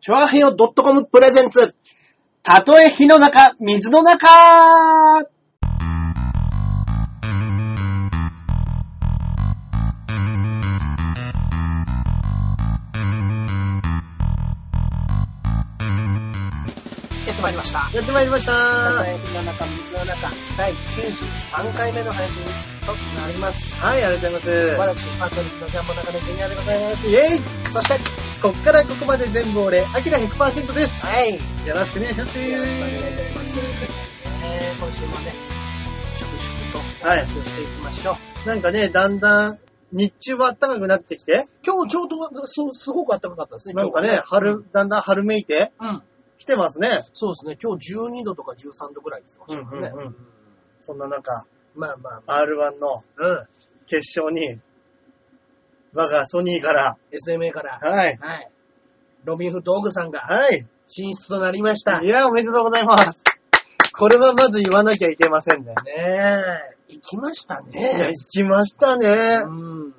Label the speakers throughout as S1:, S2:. S1: チョアヘヨ .com プレゼンツ。たとえ火の中、水の中
S2: やってまいりました。
S1: やってまいりました
S2: たと
S1: は
S2: え火の中、水の中、第93回目の配信となります。
S1: い、ありがとうございま。
S2: 私、パーソナリティのジャンボ中根ジュニアでございます
S1: イェイ
S2: す。そして、
S1: こっからここまで全部俺、アキラ100%です
S2: はい。よ
S1: よろしくお願いします
S2: ろしくお願いします。えー、今週もね、粛々とお
S1: はい
S2: 話をしていきましょう。
S1: なんかね、だんだん、日中は暖かくなってきて、
S2: 今日ちょうど、そう、すごく暖かかったですね、
S1: なんかね、春、だんだん春めいて
S2: 今日は。うん。
S1: きてますね。
S2: そうですね、今日12度とか13度ぐらいって言ってましたか
S1: うん
S2: らね。
S1: うんそんな中、
S2: まあまあまあ、
S1: R1 の
S2: うん。
S1: 決勝に、我がソニーから、
S2: SMA から、
S1: はい、
S2: はい。ロビンフ道具さんが
S1: はい、
S2: 進出となりました。
S1: い
S2: ね
S1: や、おめでとうございます。これはまず言わなきゃいけませんね。
S2: え、行きました
S1: いや、
S2: ね
S1: 行。きましたね。
S2: うん。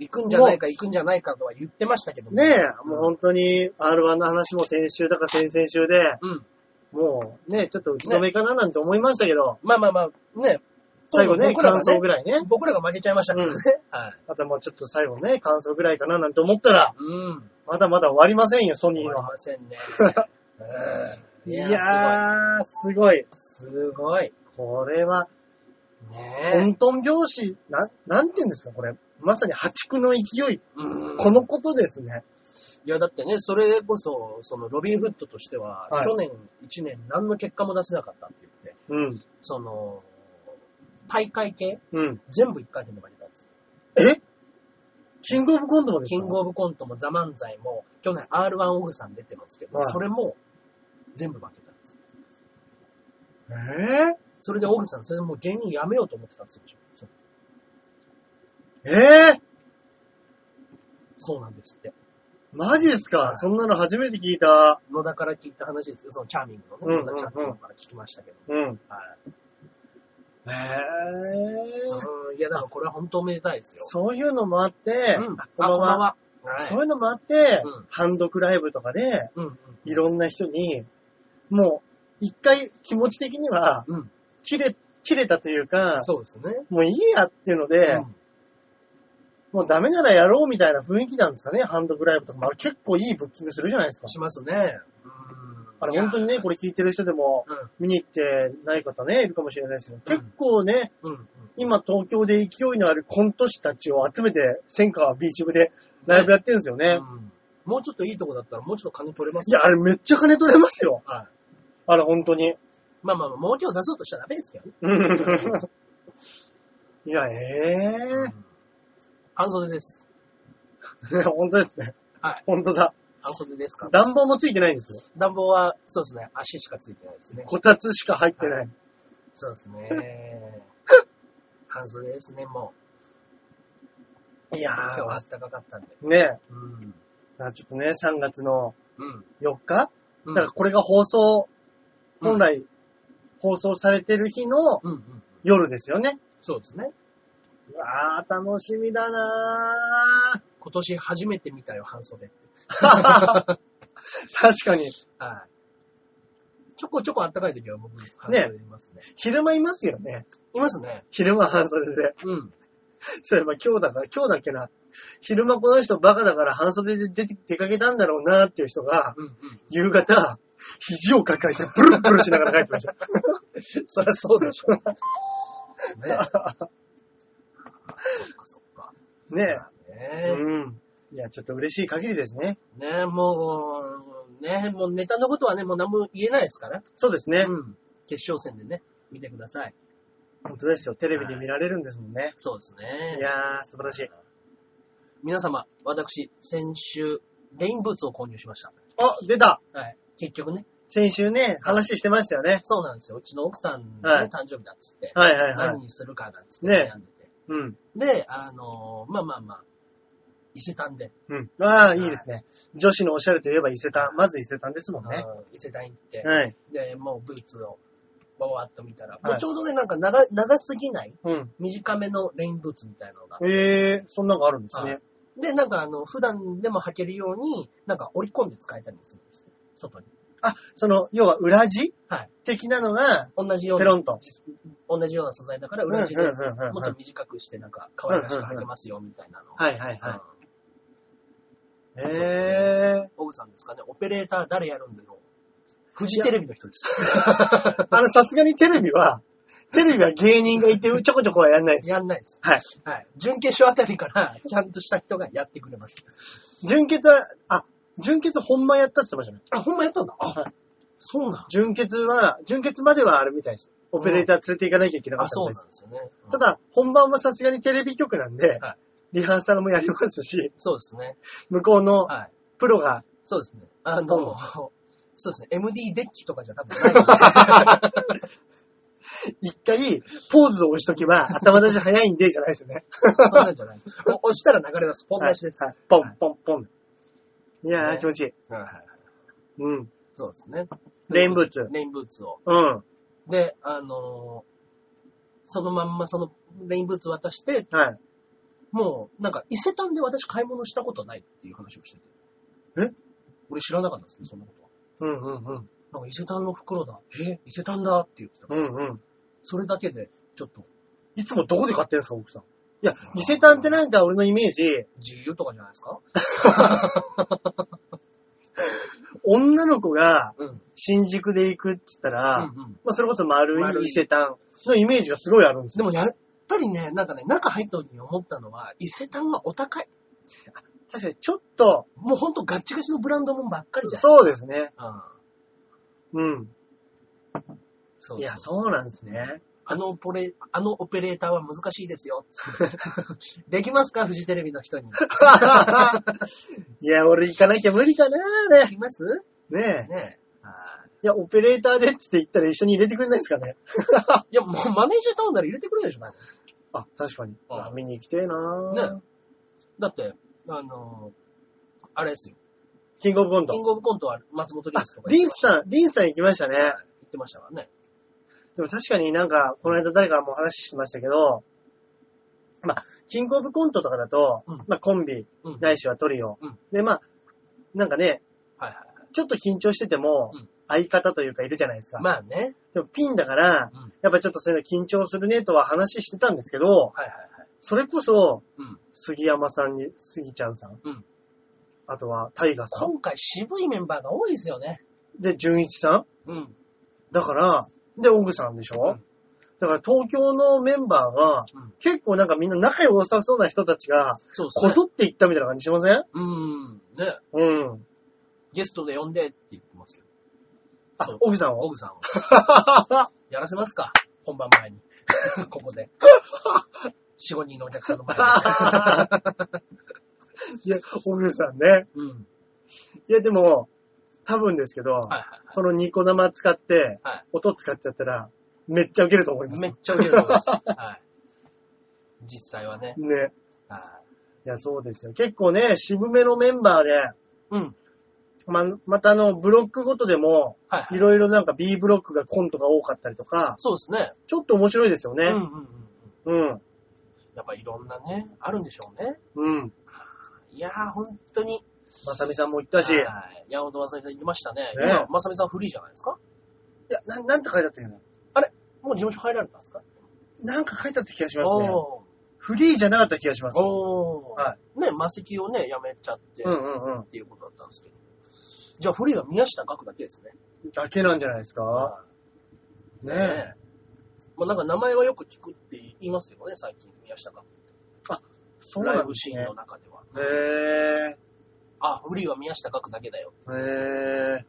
S2: 行くんじゃないか、行くんじゃないかとは言ってましたけども
S1: ねえ、もう本当に R1 の話も先週だか先々週で、
S2: うん。
S1: もうね、ちょっと打ち止めかななんて思いましたけど、
S2: まあまあまあ、ね
S1: 最後ね、
S2: 僕らが
S1: 感
S2: ね
S1: 想ぐらいね。
S2: 僕らが負けちゃいましたからね。はい。
S1: あともうちょっと最後ね、感想ぐらいかななんて思ったら、
S2: うん。
S1: まだまだ終わりませんよ、ソニ
S2: い
S1: ーは。
S2: ませんね。うん
S1: い
S2: い
S1: や
S2: や、
S1: ー、すごい。
S2: すごい。す
S1: これは、
S2: ご
S1: 混
S2: い。ねえ。
S1: 沌拍子、なん、なんて言うんですか、これ。まさに破竹の勢い。
S2: うん
S1: このことですね。
S2: いや、だってね、それこそ、その、ロビンフッドとしては、
S1: はい
S2: 去年1年何の結果も出せなかったって言って、
S1: うん。
S2: その、大会系
S1: うん。
S2: 全部1回戦で負けたんですよ。
S1: えキングオブコントもです
S2: キ
S1: か
S2: ングオブコントもザ・漫才も、去年 R1 オグさん出てますけど、
S1: はい
S2: それも全部負けたんですよ。
S1: え
S2: それでオグさん、それでもう芸人辞めようと思ってたんですよ。そう
S1: ー、えー、
S2: そうなんですって。
S1: マジですか、
S2: はい
S1: そんなの初めて聞いた。
S2: 野田から聞いた話ですよ。そのチャーミングの
S1: うんうんう
S2: ね、
S1: ん
S2: 野田チャーミングから聞きましたけど。
S1: うん。
S2: はい
S1: えー、
S2: うんいや、だからこれは本当おめでたいですよ。
S1: そういうのもあって、
S2: うん。
S1: あ
S2: あ
S1: こんばんは
S2: は。はい
S1: そういうのもあって、
S2: うん
S1: ハンドクライブとかで、
S2: うんうん。
S1: いろんな人に、もう、一回気持ち的には、
S2: うん
S1: 切れ、切れたというか、
S2: そうですね。
S1: もういいやっていうので、
S2: うん
S1: もうダメならやろうみたいな雰囲気なんですかね、ハンドクライブとかも。あれ結構いいブッキングするじゃないですか。
S2: しますね。うん
S1: あれ本当にね、これ聞いてる人でも
S2: うん
S1: 見に行ってない方ね、いるかもしれないですけど、
S2: うん
S1: 結構ね、
S2: うんうん。
S1: 今東京で勢いのあるコント師たちを集めて、千川ビーチ部でライブやってるんですよね。
S2: うんもうちょっといいとこだったら、もうちょっと金取れます
S1: いや、あれめっちゃ金取れますよ。
S2: はい。
S1: あれ本当 に。
S2: まあまあまあ、儲けを出そうとしちゃダメですけどね。
S1: いや、ええ
S2: 半袖です。
S1: ね本当ですね。
S2: はい。
S1: 本当だ。
S2: 半袖ですから。
S1: 暖房もついてないんですよ。
S2: 暖房は、そうですね、足しかついてないですね。
S1: こたつしか入ってない。
S2: そうです ね。半袖ですね、もう。
S1: いやー
S2: 今日は暖かかったんで。
S1: ねえ。だか
S2: うん。
S1: らちょっとね、3月の
S2: うん。
S1: 4日、
S2: うん
S1: だからこれが放送、
S2: うん
S1: 本来放送されてる日の
S2: うんうん。
S1: 夜ですよね。
S2: そうですね。
S1: うわー、楽しみだなー。
S2: 今年初めて見たよ、半袖って。
S1: 確かに。
S2: はい。ちょこちょこ暖かい時は僕、半袖いますね。
S1: 昼間いますよね。
S2: いますね。
S1: 昼間半袖で。
S2: うん。
S1: そういえば今日だから、今日だっけな。昼間この人バカだから半袖で出て出かけたんだろうなーっていう人が、
S2: うんうん。
S1: 夕方、肘を抱えてブルブルしながら帰ってました。
S2: そりゃそうでしょ。ね え。そっかそっか。
S1: ねえ。
S2: ね
S1: うん。いや、ちょっと嬉しい限りですね。
S2: え。ねえ、もう、ねえ、もうネタのことはね、もう何も言えないですから。
S1: そうですね。
S2: うん。決勝戦でね、見てください。
S1: 本当ですよ。テレビで見られるんですもんね。
S2: そうです
S1: い
S2: ね。
S1: やー、素晴らしい。
S2: 皆様、私、先週、レインブーツを購入しました。
S1: あ、出た
S2: はい。結局ね。
S1: 先週ね、話してましたよね。
S2: そうなんですよ。うちの奥さんの、ね
S1: はい
S2: 誕生日だっつって、
S1: はいはいは
S2: 何
S1: い。
S2: にするかなんつって
S1: ね
S2: 悩んでて。
S1: うん。
S2: で、あのーまあまあまあ、伊勢丹で、
S1: うん。ああ、いいですね。女子のおしゃれといえば伊勢丹。まず伊勢丹ですもんね。
S2: うん伊勢丹行って、
S1: はい。
S2: で、もうブーツを、わわっと見たら、
S1: い
S2: もうちょうどね、なんか長、長すぎない、
S1: うん。
S2: 短めのレインブーツみたいなのが。
S1: えー、そんなのがあるんです
S2: は
S1: ね
S2: い。で、なんかあの、普段でも履けるように、なんか折り込んで使えたりもするんですね。外に。
S1: あ、その、要は裏地
S2: はい
S1: 的なのが、
S2: 同じよう
S1: ペ
S2: な
S1: ロ、ンと。
S2: 同じような素材だから、
S1: うんうんう
S2: 裏
S1: ん
S2: 地でも
S1: うん
S2: っと短くして、なんか可愛らしく履けますよ、みたいなの。
S1: はいはい
S2: うん
S1: は。い。
S2: ん
S1: へ
S2: オブさんですかね、オペレーター誰やるんだろう。フジテレビの人です。
S1: ー。あの、さすがにテレビは、 テレビは芸人がいてちょこちょこはやんないです。
S2: やんないです。
S1: はい。
S2: はい。準決勝あたりから、ちゃんとした人がやってくれます。
S1: 純潔は、あ、純潔本番やったって言ってましたね。
S2: あ、ほんまやったんだ。あ、
S1: はい
S2: そうなん
S1: 純潔は、純潔まではあるみたいです。オペレーター連れて行かなきゃいけなかっ
S2: あ、
S1: たみ
S2: そ
S1: たいです。
S2: うなんですよね。うん
S1: た、だ、本番はさすがにテレビ局なんで、
S2: はい
S1: リハーサルもやりますし、
S2: そうですね。
S1: 向こうの
S2: はい。
S1: プロが、
S2: そうですね。あ
S1: うん
S2: の、そうですね。MD デッキとかじゃ多分ない。
S1: 一回、ポーズを押しとけば、 頭出し早いんで、じゃないですよね。
S2: そんなんじゃない です。お押したら流れます。ポン出しです。
S1: はいポン、ポン、ポン。いやー、
S2: ね
S1: 気持ちいい。
S2: はいはいはい。
S1: うん。
S2: そうですね。
S1: レインブーツ。
S2: レインブーツを。
S1: うん。
S2: で、あのーそのまんまそのレインブーツ渡して、
S1: はい。
S2: もう、なんか、伊勢丹で私買い物したことないっていう話をしてて。
S1: え
S2: 俺知らなかったんですよ、そんなことは。
S1: うんうんうん。
S2: なんか、伊勢丹の袋だ。え伊勢丹だって言ってた。
S1: うんうん。
S2: それだけで、ちょっと、
S1: いつもどこで買ってるんですか、奥さん。いや、伊勢丹ってなんか俺のイメージ、
S2: GU とかじゃないですか
S1: 女の子が
S2: うん。
S1: 新宿で行くって言ったら、
S2: うんうん。
S1: まあそれこそ丸
S2: 丸
S1: い
S2: い
S1: 伊勢丹のイメージがすごいあるんです
S2: で
S1: よ。
S2: も、やっぱりね、なんかね、中入った時に思ったのは、伊勢丹はお高い。
S1: 確かにちょっと、
S2: もうほんとガッチガチのブランドもんばっかりじゃん。う。
S1: そうですね。
S2: うん。
S1: うん。
S2: そうそう
S1: いや、そうなんですね。
S2: あのオペレ、あのオペレーターは難しいですよ。 できますかフジテレビの人に。
S1: いや、俺行かなきゃ無理かな、あ
S2: で
S1: れ。
S2: きます
S1: ねえ。
S2: ねえ。はい
S1: や、オペレーターでっつって言ったら一緒に入れてくれないですかね。
S2: いや、もうマネージャー頼んだら入れてくれるでしょ、
S1: あ、確かに。
S2: うん
S1: あ見に行きてえな、
S2: ねだって、あのーあれですよ。
S1: キングオブコン
S2: キン
S1: ト。
S2: グオブコントは松本リンスとか
S1: リン
S2: ス
S1: スさん、リンスさん行きましたね。
S2: 言ってましたからね。
S1: でも確かになんか、この間誰かも話してましたけど、まあ、キングオブコントとかだと、
S2: うん
S1: まあコンビ、
S2: うん。はい
S1: ないしはトリオ。
S2: うん
S1: で、まあ、なんかね、
S2: はいは
S1: ちょっと緊張してても
S2: うん、
S1: 相方というかいるじゃないですか。
S2: い。まあね。
S1: でもピンだから、
S2: うん
S1: やっぱちょっとそういうの緊張するねとは話してたんですけど、
S2: はいはいはい。
S1: それこそ、
S2: うん。
S1: 杉山さんに、杉ちゃんさん。
S2: うん
S1: あとは、タイガさん。
S2: 今回渋いメンバーが多いですよね。
S1: で、純一さん。
S2: うん。
S1: だから、で、オグさんでしょ、
S2: うん
S1: だから東京のメンバーが、
S2: うん
S1: 結構なんかみんな仲良さそうな人たちが、
S2: そうです
S1: こ
S2: ね。
S1: ぞって行ったみたいな感じしません
S2: うん。ね。
S1: うん。
S2: ゲストで呼んでって言ってますけど。
S1: あ
S2: そう、
S1: オグさん
S2: オ
S1: を
S2: グさ んを。やらせますか本番前に。 ここで。4、5人のお客さんの前 で。
S1: いや、オグさんね。
S2: うん。
S1: いや、でも、多分ですけど、
S2: はいはい
S1: このニコ生使って、
S2: はい
S1: 音使っちゃったら、めっちゃウケると思いま
S2: はい。
S1: す。
S2: め
S1: ね
S2: っ。ちゃ受けると思い ます。はい。実際はね。はい
S1: や、そうですよ。結構ね、渋めのメンバーで、
S2: い。うん。
S1: ま、またあの、ブロックごとでも、
S2: はいはいい。
S1: ろいろなんか B ブロックがコントが多かったりとか、
S2: そうですね。
S1: ちょっと面白いですよ
S2: うん
S1: ね
S2: う。んうんうん。
S1: うん。
S2: やっぱいろんなね、あるんでしょうね。
S1: うん。
S2: いやー、本当に。
S1: まさみさんも言ったし、いや、
S2: はい。山本まさみさん行きましたね。
S1: え
S2: 今、まさみさんフリーじゃないですか
S1: ななんて書いてあったっけど、
S2: もう事務所入られたんですか
S1: なんか書いてあった気がしますね。
S2: お
S1: フリーじゃなかった気がしま
S2: ー。
S1: す。
S2: お
S1: は
S2: ー。ね、魔石をね、やめちゃって。
S1: うんうんう
S2: っていうことだったんですけど。じゃあ、フリーが宮下岳だけですね。
S1: ん。だけなんじゃないですか。
S2: は
S1: ね
S2: い
S1: え。
S2: ねえ。まあ、なんか名前はよく聞くって言いますけどね、最近、宮下岳。
S1: そう
S2: ラ
S1: な
S2: イ
S1: ん
S2: ブ
S1: です
S2: シーン
S1: ね
S2: の。中では。
S1: へ
S2: あ、フリーは宮下岳だけだよ。
S1: ー。へ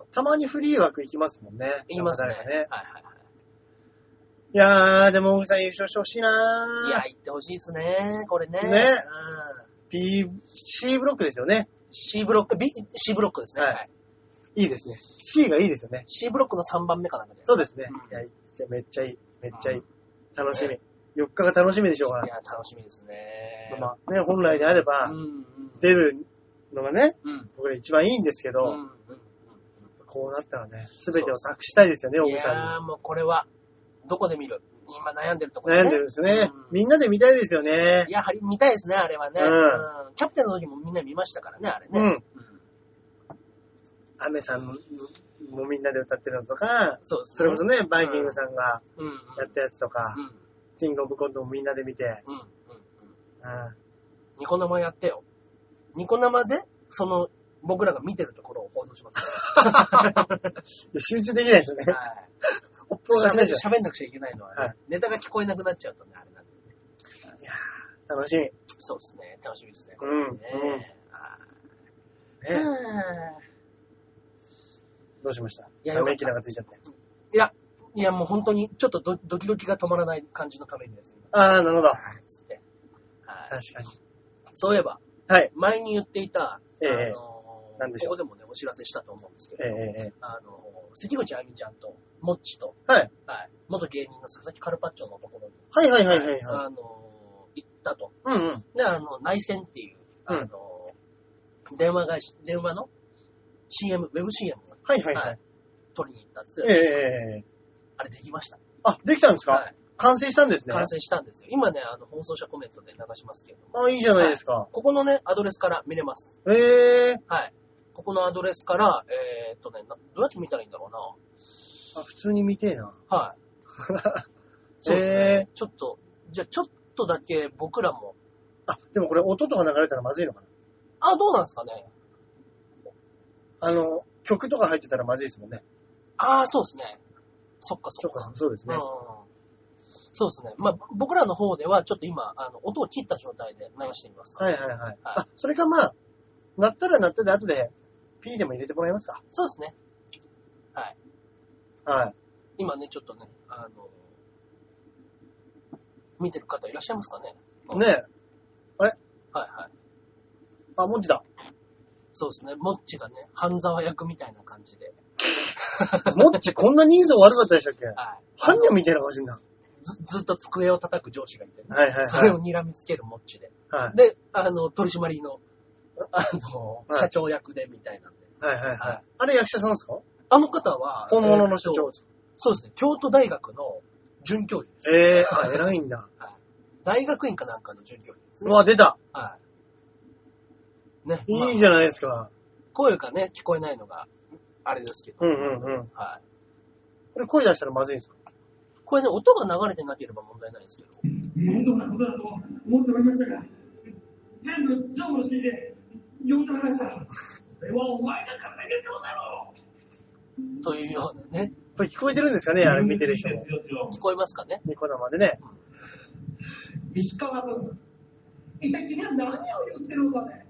S1: ー。たまにフリー枠行きますもんね。
S2: 言いますね。
S1: なんか
S2: はい
S1: 誰か
S2: はいはい
S1: やー、でも、小木さん優勝してほしい
S2: い。いや
S1: な、
S2: 言ってほしいですね、これね。
S1: ね
S2: うん
S1: ー。B、C ブロックですよね。
S2: C ブロック、B、C ブロックですね。
S1: はい
S2: はい。
S1: いいですね。C がいいですよね。
S2: C ブロックの3番目かなんかで。
S1: そうですね。
S2: うん
S1: いやじゃあめっちゃいい。めっちゃいい。
S2: う
S1: 楽しみ
S2: ね。
S1: 4日が楽しみでしょうが
S2: い
S1: ない。
S2: や、楽しみですね。
S1: まあね、本来であれば
S2: うん、うん。
S1: 出るのがね、
S2: うん。
S1: 僕ら一番いいんですけ
S2: うんう
S1: ど、
S2: んうん
S1: こうなったらね、すべてを託したいですよね、
S2: うん。
S1: 小
S2: い
S1: 木さんに。
S2: やー、もうこれは、どこで見る今悩んでるところ、ね、
S1: 悩んでるんですね
S2: うん。
S1: みんなで見たいですよね
S2: い。や、はり見たいですね、あれはね、
S1: うん
S2: うんキャプテンの時もみんな見ましたからね、あれね。
S1: うん。
S2: うん
S1: アメさんもみんなで歌ってるのとか、
S2: そうですね。
S1: それこそね、バイキングさんが
S2: うん、うん。
S1: やったやつとか
S2: う、ん。
S1: キングオブコントもみんなで見て、
S2: うん。うん。
S1: うん
S2: ニコ生やってよ。ニコ生で、その、僕らが見てるところを放送します。
S1: 集中できないです ね。
S2: はい。
S1: おっぽがしないじゃ
S2: 喋んなくちゃいけないのは、ね
S1: はい
S2: ネタが聞こえなくなっちゃうとね、あれなんで。
S1: ん。楽しみ。
S2: そうですね。楽しみですね。
S1: うん。うん
S2: ねえ
S1: ね
S2: はあ
S1: どうしました
S2: いや
S1: ため息なんかついちゃって。
S2: いや、もう本当に、ちょっとドドキドキが止まらない感じのためにですね。
S1: ああ、なるほど。
S2: つって。はい
S1: 確かに。
S2: そういえば、
S1: はい。
S2: 前に言っていた、
S1: ええ
S2: あの
S1: なんでし
S2: こ
S1: ょう
S2: こでもね、お知らせしたと思うんですけ
S1: え
S2: ど、
S1: えええ
S2: あの関口あゆみちゃんと、もっちと、
S1: はい。
S2: はい、元芸人の佐々木カルパッチョのところに、
S1: はいはいはいはいはい。
S2: あの行ったと。
S1: うんうん。
S2: で、あの、内戦っていう、あの、電話会社、電話の CM、ウェブ CM を、
S1: はいはいはい。
S2: 取りに行ったんです
S1: え
S2: よ
S1: えええええ
S2: あれできました。
S1: あ、できたんです
S2: は
S1: か
S2: い。
S1: 完成したんですね。
S2: 完成したんですよ。今ね、あの、放送者コメントで流しますけれども、
S1: あ、いいじゃないですか。
S2: ここのね、アドレスから見れます。
S1: ええ
S2: はい。ここのアドレスから、えーっとね、などうやって見たらいいんだろう
S1: あ、普通に見てえな。
S2: な。 はい。そうですね
S1: え。
S2: ちょっと、じゃあちょっとだけ僕らも、
S1: あ、でもこれ音とか流れたらまずいのかな。
S2: あ、どうなんですかね。
S1: あの、曲とか入ってたらまずいですもんね。
S2: ああ、そうですね。そっかそ
S1: そ
S2: っ
S1: う
S2: か。
S1: か、そうですね
S2: うん。そうですね。まあ、僕らの方では、ちょっと今、あの、音を切った状態で流してみますか、
S1: はいはいはい。あ、それかまあ、鳴ったら鳴ったで後で、P でも入れてもらえますか
S2: そうですね。
S1: はい。
S2: 今ね、ちょっとね、あの、見てる方いらっしゃいますかね
S1: ねえ。
S2: はいはい。
S1: あ、文字 だ。
S2: そうですね。もっちがね、半沢役みたいな感じで。
S1: もっちこんな人数悪かったでしたっけ
S2: はい。
S1: 犯人みたいな顔してんだ。
S2: ずずっと机を叩く上司がいてね、
S1: はいはい
S2: それを
S1: は
S2: 睨みつけるモッチで。
S1: い。はい
S2: で、あの、取締りの、あの、
S1: はい
S2: 社長役でみたいなんで。
S1: はいはい
S2: は
S1: はいい。あれ役者さんですか
S2: あの方は、
S1: 本物の社長
S2: えーとそうですね、京都大学の准教授です。
S1: ええあ、偉いんだ。
S2: 大学院かなんかの准教授で す
S1: う
S2: ね。
S1: わ、出た。
S2: はい。ね、まあ
S1: いいじゃないですか。
S2: 声がね、聞こえないのが、あれですけど。
S1: うんうんうん。
S2: はい。
S1: これ声出したらまずいんですか
S2: これね、音が流れてなければ問題ないですけど。
S3: 本当のことだと思っておりましたが、全部ジョブの指示で呼んでおりました。これはお前が勝手にやったことだろ
S2: というようなね、
S1: これ聞こえてるんですかねあれ見てる人も。
S2: 聞こえますかね
S1: ニコ生でね。
S3: 石川君、一体君は何を言ってるのかね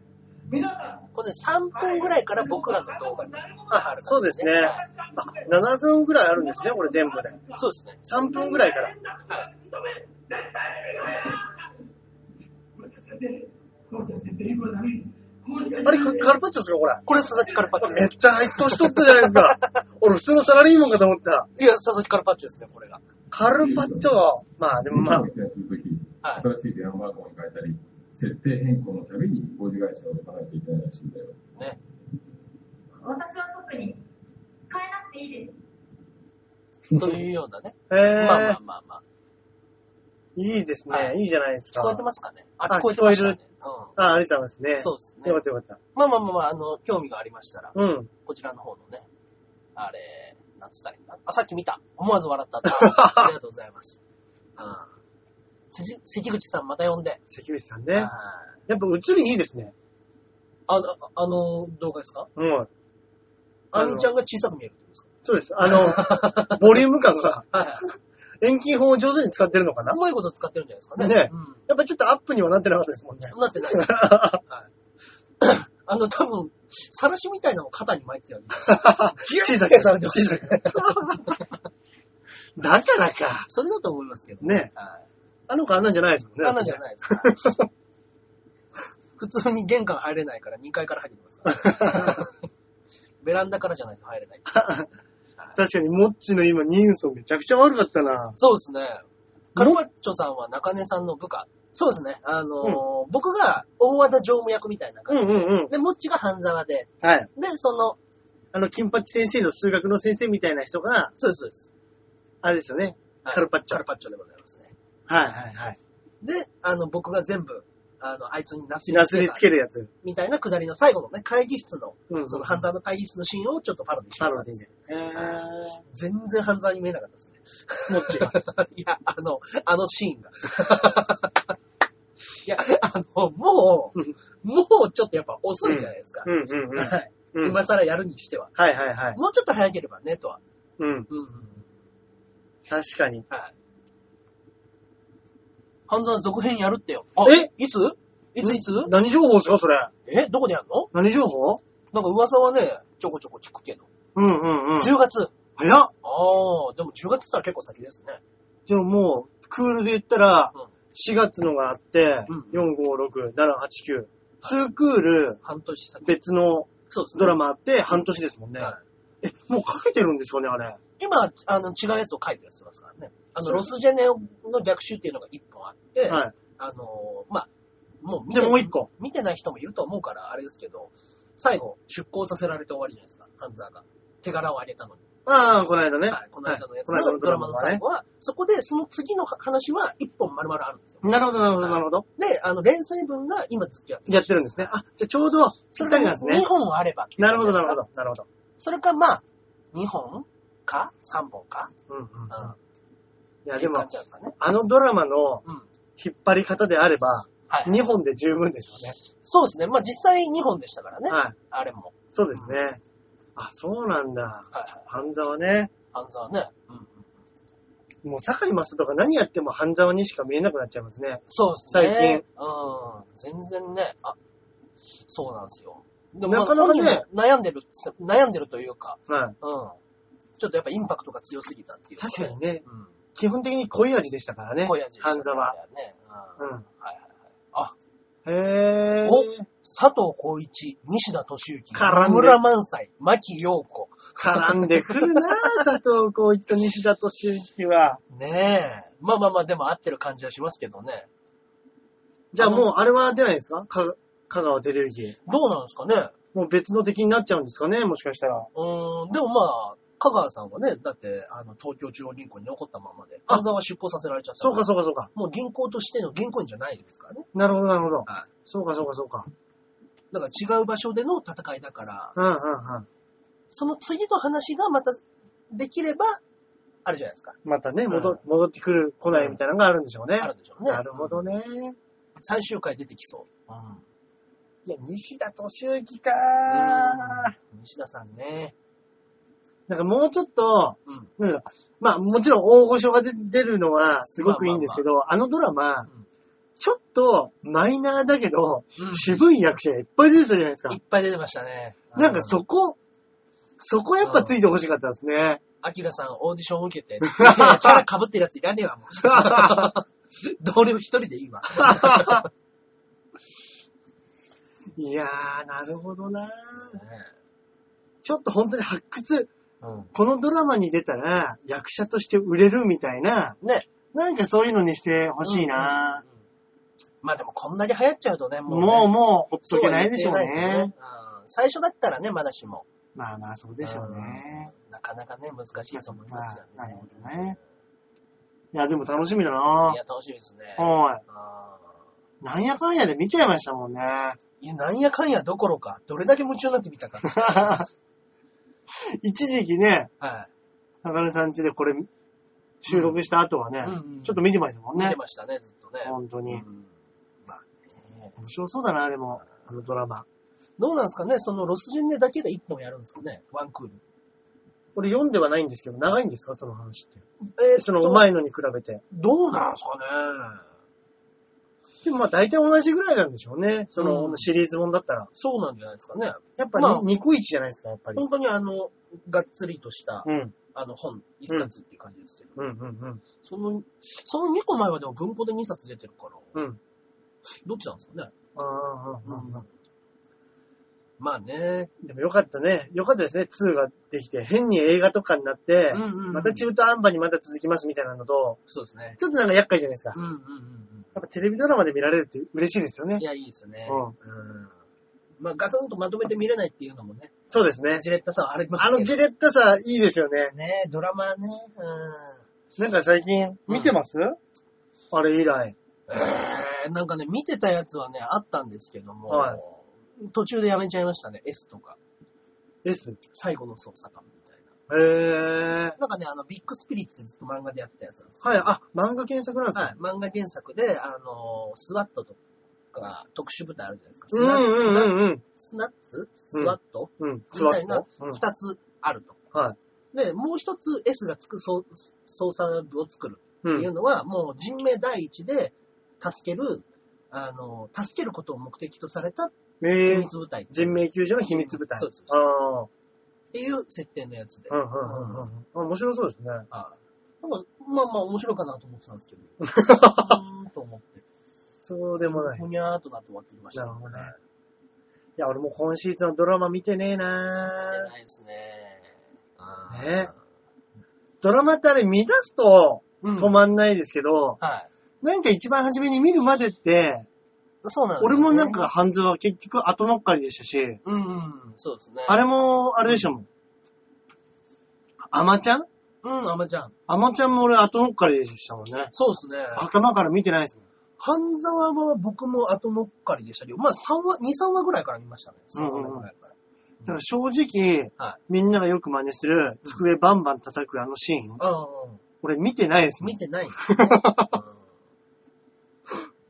S3: 皆さん、
S2: これね、3分ぐらいから僕らの動画にある
S1: そうですね。
S2: はい
S1: あ、7分ぐらいあるんですね、これ全部で。
S2: そうですね。
S1: 3分ぐらいから。あれ、カカルパッチョですかこれ。
S2: これ佐々木カルパッチョで
S1: めっちゃ配当しとったじゃないです か。俺普通のサラリーマンかと思った。
S2: す。いや、佐々木カルパッチョですね、これが。
S1: カルパッチョ。まあでもまあ、
S2: はい
S4: 新しい電話番号に変えたり、設定変更のために工事会社を置かないといけないらしいんだよ。
S2: ね。
S5: 私は特に変えなくていいです。
S2: というようなね。
S1: え
S2: まあま
S1: ー
S2: あ、まあまあ。
S1: いいです
S2: は
S1: ね。いいじゃないです
S2: 聞
S1: か。
S2: こえてますかねあ、
S1: あ
S2: 聞こえてましたね
S1: 聞。あ、ありがとうございます
S2: う
S1: ね。
S2: ん。そうですね
S1: よか。ったよかった。
S2: まあまあまあまあ、あの、興味がありましたら、
S1: うん。
S2: こちらの方のね、あれ、なんつったらいいんだ。あ、さっき見た。思わず笑 った。ありがとうございます。うん。関関口さんまた呼んで。
S1: 関口さん
S2: は
S1: ね
S2: い。
S1: やっぱ映りいいですね。
S2: あの、あの動画ですか
S1: うん。
S2: あ
S1: あの
S2: みちゃんが小さく見えるってことですか
S1: そうです。あ の、ボリューム感が
S2: はいはい。
S1: 遠近法を上手に使ってるのかな
S2: うまいこと使ってるんじゃないですかね。
S1: ね
S2: うん。
S1: やっぱちょっとアップにはなってなかったですもんね。
S2: なってないです。はい。あの、多分、さらしみたいなのを肩に巻いてたん です
S1: 小さ
S2: ギ
S1: く
S2: ュッてされてまし
S1: 小さくだからか。
S2: それだと思いますけど。
S1: ね。
S2: はい。
S1: あの子あんなんじゃないですもんね。
S2: あんなんじゃないですから。普通に玄関入れないから2階から入ってきますから。 ベランダからじゃないと入れない。
S1: 確かに、モッチの今人相めちゃくちゃ悪かったな。
S2: そうですね。カルパッチョさんは中根さんの部下。そうですね。あのー僕が大和田常務役みたいな
S1: う
S2: 感
S1: ん
S2: じ。
S1: うんうん。
S2: で、もっちが半沢で。
S1: はい。
S2: で、その、
S1: あの、金八先生の数学の先生みたいな人が、
S2: そうです、そうです。
S1: あれですよね。
S2: はい
S1: カルパッチ
S2: カ
S1: ョ
S2: ル。パッチョでございますね。
S1: はいはいはい。
S2: で、あの、僕が全部、あの、あいつになす
S1: なすりつけ
S2: る。
S1: るやつ。
S2: みたいなくだりの最後のね、会議室の、
S1: うん
S2: その犯罪の会議室のシーンをちょっとパロディし
S1: パ
S2: た
S1: ロディで。え
S2: 全然犯罪に見えなかったですね。
S1: ー、どっちが。
S2: いや、あの、あのシーンが。 いや、あの、も
S1: うん
S2: う、もうちょっとやっぱ遅いじゃないですか。
S1: うんうんうん。
S2: はい。
S1: うん、
S2: 今
S1: はい
S2: 更やるにしては。
S1: はいはい。
S2: もうちょっと早ければね、とは。
S1: うん。
S2: うん。
S1: 確かに。
S2: はい。犯罪続編やるってよ。あ
S1: え
S2: いついついつ
S1: 何情報ですかそれ。
S2: えどこでやるの
S1: 何情報
S2: なんか噂はね、ちょこちょこ聞くけど。
S1: うんうんうん。
S2: 10月。
S1: 早っ
S2: ああ、でも10月って言ったら結構先ですね。
S1: でももう、クールで言ったら
S2: うん、
S1: 4月のがあって
S2: うん、
S1: 4、5、6、7、8、9。2クール、
S2: 半年先。
S1: 別の
S2: そうですね。
S1: ドラマあって、半年ですもんね。
S2: はい
S1: え、もうかけてるんですかね、あれ。
S2: 今、あの、違うやつを書いてらっしゃいますからね。あの、ロスジェネの逆襲っていうのが一本あって、
S1: は
S2: あの、まあ、もう
S1: い。
S2: 見
S1: で、
S2: て
S1: もう一個。
S2: 見てない人もいると思うから、あれですけど、最後、出向させられて終わりじゃないですか、ハンザーが。手柄をあげたのに。
S1: ああ、この間ね。
S2: はい、この間のやつ
S1: はいこの間の
S2: のド
S1: ド
S2: ラ
S1: ラマ
S2: マの
S1: の
S2: 最
S1: 最
S2: 後は、そこでその次の話は一本丸々あるんですよ。
S1: なるほど、なるほど、なるほど。
S2: で、あの、連載分が今ずっとやって
S1: やってるんですね。あ、じゃあちょうど、ぴ
S2: そ
S1: っ
S2: れ
S1: たりなんで
S2: が
S1: すね
S2: 2。本あれば。
S1: なるほど、なるほ。ど、なるほど。
S2: それか、まあ、2本か ?3 本か
S1: うんうん。
S2: うん。っ
S1: いや、
S2: て
S1: で
S2: いう感
S1: も、
S2: じなんですかね。
S1: あのドラマの
S2: うん。
S1: 引っ張り方であれば、
S2: はい。
S1: 2本で十分でしょ
S2: そうですね。まあ実際2本でしたから
S1: う
S2: ね。
S1: ね。はい。
S2: あれも。
S1: そうですね。あ、そうなんだ。
S2: はいはい。
S1: 半沢ね。
S2: 半沢ね。うん。
S1: もう、坂井正とか何やっても半沢にしか見えなくなっちゃいますね。
S2: そうですね。
S1: 最近。
S2: うん。全然ね。あ、そうなんですよ。で
S1: なかなかね
S2: まあ本人も悩んでるっつ、悩んでるというか、
S1: はい。
S2: うん。ちょっとやっぱインパクトが強すぎたっていう、
S1: 確かに。ね、
S2: うん。
S1: 基本的に濃い味でしたからね。
S2: 濃い味でしたね
S1: 半沢。。
S2: ね。う。
S1: うんん。
S2: はいはいはい。あ、
S1: へぇー。
S2: お佐藤浩市、西田敏行、
S1: 絡んで
S2: 野村萬斎、牧陽子。
S1: 絡んでく るなぁ、佐藤浩一と西田敏行は。
S2: ねえ。まあまあまあ、でも合ってる感じはしますけどね。
S1: じゃあもう、あれは出ないですかか香川照之。
S2: どうなんですかね。
S1: もう別の敵になっちゃうんですかねもしかしたら。
S2: うーん、でもまあ、香川さんはね、だって、あの、東京中央銀行に残ったままで、
S1: あ
S2: 半沢は出向させられちゃった。
S1: そうかそうかそうか。
S2: もう銀行としての銀行員じゃないですからね。
S1: なるほどなるほど
S2: はい。
S1: そうかそうかそうか。
S2: だから違う場所での戦いだから、
S1: うんうんうん。
S2: その次の話がまたできれば、あるじゃないですか。
S1: またね、戻
S2: うん
S1: 戻ってくる、来ないみたいなのがあるんでしょうね
S2: あ。るでしょうね。
S1: なるほどね。
S2: 最終回出てきそう。うん。
S1: いや、西田敏行か
S2: 西田さんね。
S1: なんかもうちょっと、
S2: うん。
S1: なんかまあもちろん大御所が出出るのはすごくいいんですけど、あのドラマ
S2: ん、
S1: ちょっとマイナーだけど、
S2: う
S1: 渋い役者がいっぱい出てたじゃないですか
S2: ん。いっ。ぱい出てましたね。
S1: なんかそこ、そこやっぱついてほしかったですね。
S2: アキラさんオーディション受けて、キャラ被ってるやついらねえわ、もう。 同僚一人でいいわ。
S1: いやー、なるほどなちょっと本当に発掘、このドラマに出たら役者として売れるみたいな、
S2: ね。
S1: なんかそういうのにしてほしいな、
S2: まあでもこんなに流行っちゃうとね、もう、ね。
S1: もうもうほっ
S2: そ
S1: と
S2: う
S1: け
S2: は
S1: な
S2: 言
S1: い
S2: っ
S1: で
S2: て
S1: しょう
S2: な
S1: ね
S2: いですよね。うん最初だったらね、まだしも。
S1: まあまあそうでしょうね。
S2: うん。なかなかね、難しいと思いますよね。
S1: なるほどね。いや、でも楽しみだない
S2: や、楽しみですね。
S1: は
S2: う
S1: い。なんやかんやで見ちゃいましたもんね。
S2: んいや、なんやかんやどころか、どれだけ夢中になってみ たか。
S1: 一時期ね、
S2: は
S1: 中根さん家でこれ収録した後はね
S2: い。、うんうん
S1: ちょっと見てましたもん
S2: 見
S1: ね
S2: て。ましたね、ずっとね。
S1: 本当に
S2: う。んまあね
S1: 面白そうだな、でも、あのドラマ。
S2: どうなんですかねそのロスジェネだけで一本やるんですかねワンクール。
S1: 俺読んではないんですけど、長いんですかその話って。
S2: え
S1: その前のに比べて。
S2: どうなんですかね
S1: でもまあ大体同じぐらいなんでしょうね。その、
S2: うん
S1: シリーズ本だったら。
S2: そうなんじゃないですかね。
S1: やっぱり、
S2: まあ
S1: ニコイチじゃないですか、やっぱり。
S2: 本当にあの、がっつりとした、
S1: うん。
S2: あの本、一冊っていう感じですけど、
S1: うん、うん、
S2: その、その2個前はでも文庫で2冊出てるから、
S1: うん。うん。
S2: どっちなんですかね。
S1: ああ、うん、うん。
S2: まあね。
S1: でもよかったね。よかったですね、2ができて。変に映画とかになって、
S2: うんうんうん
S1: また中途半端にまた続きますみたいなのと、
S2: そうですね。
S1: ちょっとなんか厄介じゃないですか。
S2: うんうんうん
S1: やっぱテレビドラマで見られるって嬉しいですよ
S2: う
S1: ね
S2: ん。い。や、いいですね。
S1: うん
S2: んまあ、ガツンとまとめて見れないっていうのもね、
S1: そうですね。
S2: ジレッタさんはありますけ
S1: あ
S2: ど。
S1: のジレッタさ、いいですよね。
S2: ね、ドラマね、うん。
S1: なんか最近、見てます、あれ以来。
S2: えー、なんかね、見てたやつはね、あったんですけども、
S1: は
S2: 途中でやめちゃいましたね。S とか、
S1: S。
S2: 最後の捜査官みたい
S1: へー。
S2: な。なんかね、あの、ビッグスピリッツでずっと漫画でやってたやつなんですけど
S1: はい、あ、漫画検索なんですよ。
S2: はい、漫画原作で、あの、スワットとか、特殊部隊あるじゃないですか。
S1: うんうんうんうん。
S2: スナッツスワット、
S1: うん、ス
S2: み
S1: ワ
S2: たい
S1: ッ
S2: な
S1: ト。うん。
S2: 二つあると。
S1: はい。
S2: で、もう一つ S がつく捜捜査部を作る
S1: う。
S2: っていうんのは、もう人命第一で助ける、あの、助けることを目的とされた秘
S1: えー、
S2: 密部隊っ
S1: 人命救助の秘密部隊。
S2: そうです
S1: あ
S2: ていう設定のやつで。
S1: あー。うんうんうんうん。あ、面白そうですね。
S2: はいなんかまあまあ面白いかなと思ってたんです けど、うーんと思って、
S1: そうでもない。
S2: ほにゃーっとなって終わってきました。
S1: なるほどね。いや、俺も今シーズンのドラマ見てねえな
S2: 出てないですね。あー
S1: ねドラマってあれ見出すと
S2: うん
S1: 止まんないですけど、
S2: はい。
S1: なんか一番初めに見るまでって、
S2: そうなんです
S1: 俺
S2: よね
S1: もなんか、ハンズは結局後乗っかりでしたし、
S2: うんうん、そうですね。
S1: あれも、あれでしょもん。アマちゃん
S2: うん、あまちゃん。
S1: アマちゃんも俺後乗っかりでしたもんね。
S2: そうですね。
S1: 頭から見てないですもん。
S2: 半沢は僕も後もっかりでしたけど、まあ3話、2、3話ぐらいから見ましたね。3話ぐらいから。
S1: だから正直、
S2: は
S1: みんながよく真似する、机バンバン叩くあのシーン、
S2: うんうん。
S1: 俺見てないですもん。
S2: 見てないんですね。うん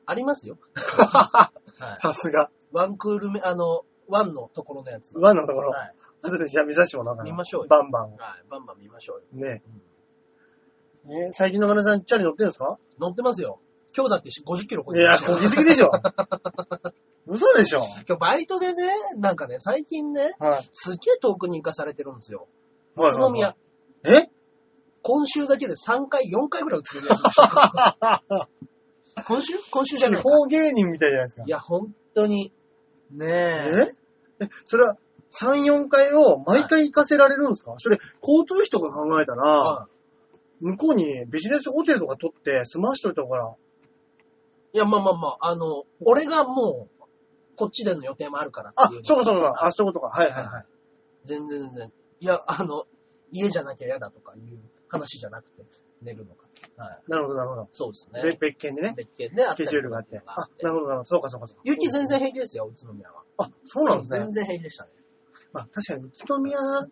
S2: あり ますよ。はい
S1: さすが。
S2: ワンクール目、あの、ワンのところのやつは。
S1: ワンのところ。
S2: はい。
S1: 後でじゃあ見させてもらおうかな。
S2: 見ましょうよ
S1: バンバンを。
S2: はい。バンバン見ましょうよ。
S1: ね
S2: うん
S1: え。最近の村さん、チャリ乗ってるんですか
S2: 乗ってますよ。今日だって50キロ超
S1: い
S2: えて
S1: や、
S2: ましたよ
S1: こぎすぎでしょ。 嘘でしょ。
S2: 今日バイトでね、なんかね、最近ね、
S1: はい。
S2: すげえ遠くに行かされてるんですよ。
S1: はい
S2: 宇都宮。
S1: え
S2: 今週だけで3回、4回ぐらい宇都宮行きま した。今週今週じゃ
S1: 地
S2: ないか。
S1: 方芸人みたいじゃないですか
S2: い。や、本当に。ねえ。
S1: ええそれは、3、4回を毎回行かせられるんですか、それ、交通費とか考えたら、
S2: は
S1: 向こうにビジネスホテルとか取って済ましといたから、
S2: いいや、まあまあまあ、あの、俺がもう、こっちでの予定もあるから
S1: あ
S2: ってい、の
S1: そうかそうか、
S2: は
S1: あ、
S2: い
S1: そういうことか。はいはいはい。
S2: 全然全然。いや、あの、家じゃなきゃ嫌だとかいう話じゃなくて、寝るのか。はい。
S1: なるほどなるほど。
S2: そうです
S1: べ
S2: ね。
S1: 別件でね、
S2: 別件であ
S1: スケジュールがあって。あ、なるほどなるほど。そうかそうかそうか。
S2: 雪全然平気ですよ、宇都宮は。
S1: あ、そうなんですね
S2: 全。然平気でしたね。
S1: まあ確かに宇都宮っ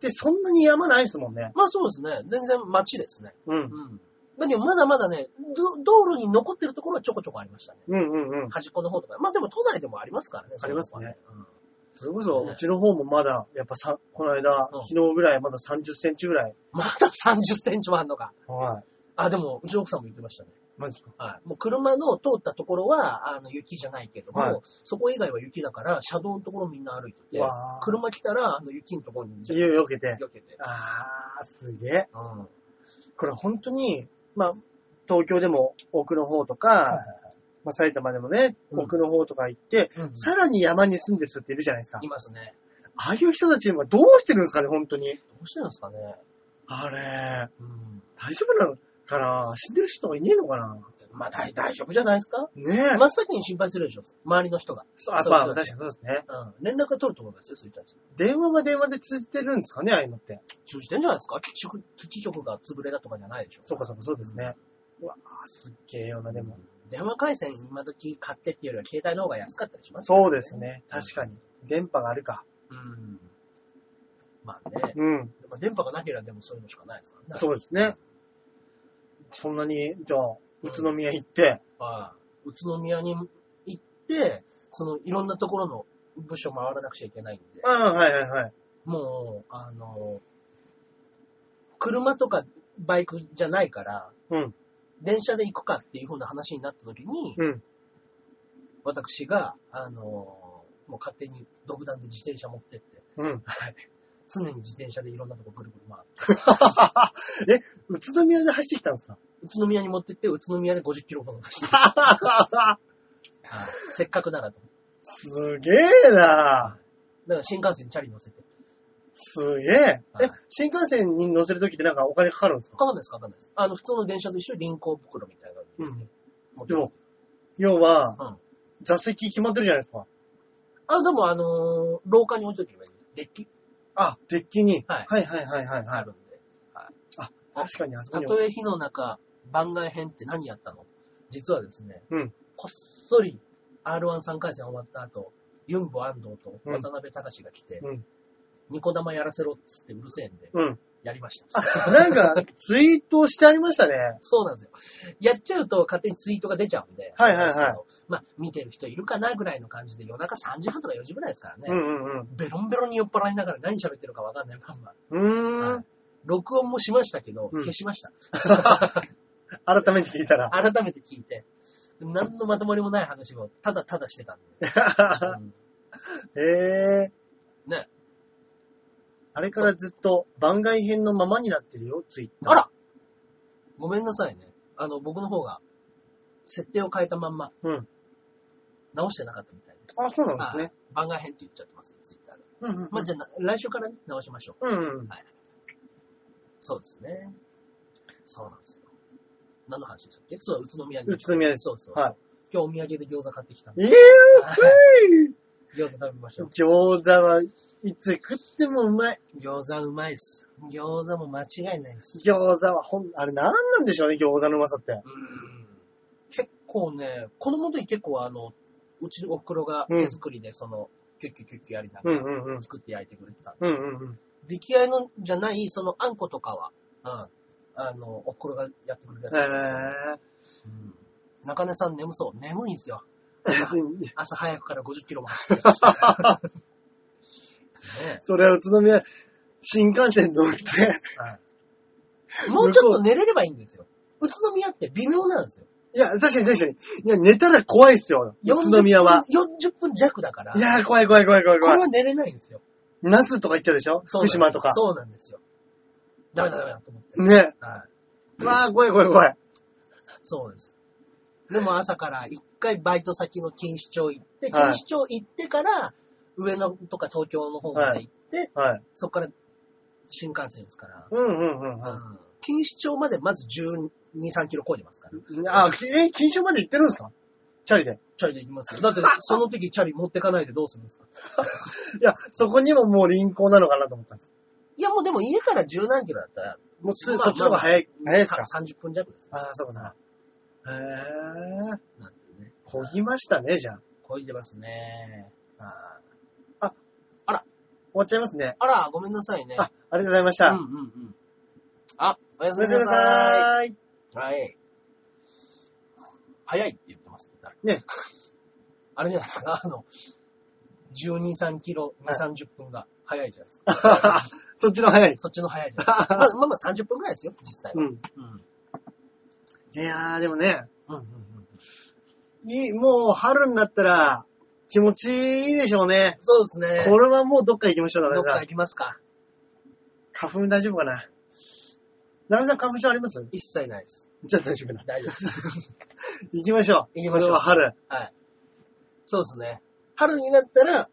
S1: てそんなに山ないですもんね。
S2: まあそうですね。全然街ですね。
S1: う。
S2: うんん。だけどまだまだね、ど道路に残ってるところはちょこちょこありましたね。
S1: うんうんうん。
S2: 端っこの方とか。まあでも都内でもありますからね。
S1: ありますね
S2: そういうとこはね。
S1: それこそうちの方もまだ、やっぱさ、この間、
S2: うん
S1: 昨日ぐらいまだ30センチぐらい。
S2: うんまだ30センチもあんのか。
S1: はい。
S2: あ、でも、うちの奥さんも言ってましたね。
S1: マジですか。
S2: はい。もう車の通ったところは、あの、雪じゃないけども、
S1: はい
S2: そこ以外は雪だから、車道のところみんな歩いてて
S1: うわ、ー
S2: 車来たら、あの、雪のところに、じゃ
S1: 家を避けて。
S2: 避けて。
S1: あー、すげえ。
S2: うん。
S1: これ本当に、まあ、東京でも奥の方とか、まあ、埼玉でもね、
S2: うん
S1: 奥の方とか行って、
S2: うん
S1: さらに山に住んでる人っているじゃないですか。
S2: いますね。
S1: ああいう人たちはどうしてるんですかね、本当に。
S2: どうしてるんですかね。
S1: あれ、
S2: うん。
S1: 大丈夫なのかな死んでる人がいねえのかな
S2: まあ、大大丈夫じゃないですか
S1: ね え。
S2: 真っ先に心配するでしょ、周りの人が。
S1: そうあ
S2: そう
S1: まあ、
S2: そう
S1: 確かにそうですね。
S2: うん。連絡が取ると思いますよ、そういった人たち。
S1: 電話が電話で通じてるんですかね、ああいうのって。
S2: 通じてんじゃないですか基地局、基地局が潰れたとかじゃないでしょ。
S1: そうか、そうか、そうですね。うわあすっげえよな、でも。
S2: 電話回線今時買ってっていうよりは携帯の方が安かったりしますから
S1: そうです。ね。確かに。電波があるか。
S2: うん。まあね。
S1: うん。
S2: まあ電波がなければでもそういうのしかないですからね。
S1: そうですね。そんなに、じゃあ、宇都宮行って、
S2: ああ宇都宮に行って、そのいろんなところの部署回らなくちゃいけないんで、
S1: うん、はいはいはい。
S2: もう、あの、車とかバイクじゃないから、
S1: うん、
S2: 電車で行くかっていう風な話になった時に、
S1: うん。
S2: 私が、あの、もう勝手に独断で自転車持ってって、
S1: うん。
S2: はい常に自転車でいろんなとこぐるぐる回って、
S1: 宇都宮で走ってきたんですか
S2: 宇都宮に持ってって、宇都宮で50キロほど走って、せっかくならと思って。
S1: すげえな
S2: だから新幹線にチャリ乗せて、
S1: すげえ。
S2: は
S1: え
S2: い、
S1: 新幹線に乗せるときってなんかお金かかるんですか
S2: わかんないですかわかんないです。あの、普通の電車と一緒に輪行袋みたいなのに入れて。持っ
S1: で
S2: てくる
S1: も、要は、
S2: うん
S1: 座席決まってるじゃないですか。
S2: あ、でもあのー廊下に置いとけばいい。デッキ
S1: あ、デッキに。
S2: はい
S1: はいはいはいはい、はい
S2: あるんで。
S1: あ、確かにあそこ
S2: た
S1: に
S2: とえ火の中、番外編って何やったの実はですね、
S1: うん
S2: こっそり R13 回戦終わった後、ユンボ安藤と渡辺隆が来て、
S1: うん
S2: ニコ玉やらせろっつってうるせえんで、
S1: うん。
S2: やりました。
S1: なんか、ツイートしてありましたね。
S2: そうなんですよ。やっちゃうと勝手にツイートが出ちゃうんで、
S1: はいはいはい
S2: あれなんですけどまあ、見てる人いるかなぐらいの感じで、夜中3時半とか4時ぐらいですからね、
S1: うんうん
S2: ベロンベロンに酔っ払いながら何喋ってるかわかんないまんま。
S1: うん。うー
S2: は
S1: ん
S2: い。録音もしましたけど、
S1: うん
S2: 消しました。
S1: 改めて聞いた ら。
S2: 改めて聞いて、何のまとまりもない話をただただしてたんで。うん
S1: へえ。
S2: ね。
S1: あれからずっと番外編のままになってるよ、ツイッター。
S2: あらごめんなさいね。あの、僕の方が、設定を変えたまんま、
S1: うん。
S2: 直してなかったみたいで。
S1: あ、そうなんですね。
S2: あ番外編って言っちゃってますね、ツイッターで。
S1: うんうん。
S2: まあ、じゃあな、来週からね、直しましょう。
S1: うんうん。
S2: そうですね。そうなんですよ。何の話でしたっけそう、宇都宮に。
S1: 宇都宮です。
S2: そうそう。
S1: は
S2: 今日お土産で餃子買ってきたんで。
S1: い。イエー
S2: 餃子食べましょう
S1: イ。餃子はいつ食ってもうまい。
S2: 餃子うまいっす。餃子も間違いないっす。
S1: 餃子はほん、あれ何なんでしょうね、餃子のうまさって。
S2: うん結構ね、子供の時結構あの、うちのお袋が手作りでその、キュッキュッキュッキュやりな
S1: うん
S2: が
S1: うんうん
S2: ら。作って焼いてくれてた。
S1: うんうんうん。
S2: 出来合いのじゃない、そのあんことかは、うん。あの、お袋がやってくれるやつ
S1: え
S2: なんですけど、うん中根さん眠そう。眠いんですよ。
S1: ー、
S2: 朝早くから50キロも走 って。ね
S1: それは宇都宮、新幹線乗って、
S2: えもうちょっと寝れればいいんですよ。宇都宮って微妙なんですよ。
S1: いや、確かに確かに。いや、寝たら怖いっすよ、宇都宮は。
S2: 40分弱だから。
S1: いやー、怖い怖い怖い怖い
S2: こ
S1: 怖
S2: れ
S1: い。
S2: は寝れないんですよ。
S1: ナスとか行っちゃうでしょ
S2: そうな
S1: 福
S2: んです
S1: 島とか。
S2: そうなんですよ。ダメだダメだと思って。
S1: ね。
S2: はい。
S1: わあ、怖い怖い怖い。
S2: そうです。でも朝から一回バイト先の錦糸町行って、
S1: はい
S2: 錦糸町行ってから、上野とか東京の方まで行って、
S1: はい。
S2: そこから新幹線ですから、
S1: うんうんうんうん。
S2: うん錦糸町までまず12、3キロ超えてますから。
S1: あ、え、禁止まで行ってるんですかチャリで。
S2: チャリで行きますよ。だって、その時チャリ持ってかないでどうするんですか
S1: いや、そこにももう輪行なのかなと思ったんです。
S2: いや、もうでも家から十何キロだったら、
S1: もうす、
S2: まあ
S1: そっちの方が早い、早いですか
S2: さ30分弱ですね。
S1: ああ、そうかそうか。へえ。
S2: なんでね。
S1: こぎましたね、じゃあ。
S2: こいでますね。あ
S1: 終わっちゃいますね。
S2: ーあら、ごめんなさいね。
S1: あ、ありがとうございまし
S2: う
S1: た
S2: ん。うんうん。あ、おや
S1: お
S2: す
S1: や
S2: み
S1: すみ
S2: な
S1: な
S2: さ
S1: さーい。
S2: い。はい。早いって言ってますね。誰か
S1: ね。
S2: あれじゃないですか、あの、12、3キロ、2、30分が早いじゃないですか。
S1: そっちの方が早いです。
S2: そっちの早いじゃないです か。まあまあまあ30分くらいですよ、実際
S1: う
S2: は。
S1: ん。
S2: うん。うん
S1: いやー、でもね、
S2: うんうん。
S1: いい、もう春になったら気持ちいいでしょうね。
S2: そうですね。
S1: これはもうどっか行きましょう、
S2: ど
S1: 中
S2: っ
S1: 根
S2: か
S1: さん
S2: 行。きますか。
S1: 花粉大丈夫かな中根さん花粉症あります
S2: 一切ないです。
S1: じゃあ大丈夫だ。
S2: 大丈夫 です。
S1: 行きましょう。
S2: 行きまし
S1: こ
S2: ょう
S1: れは春。
S2: はい。そうですね。春になったら、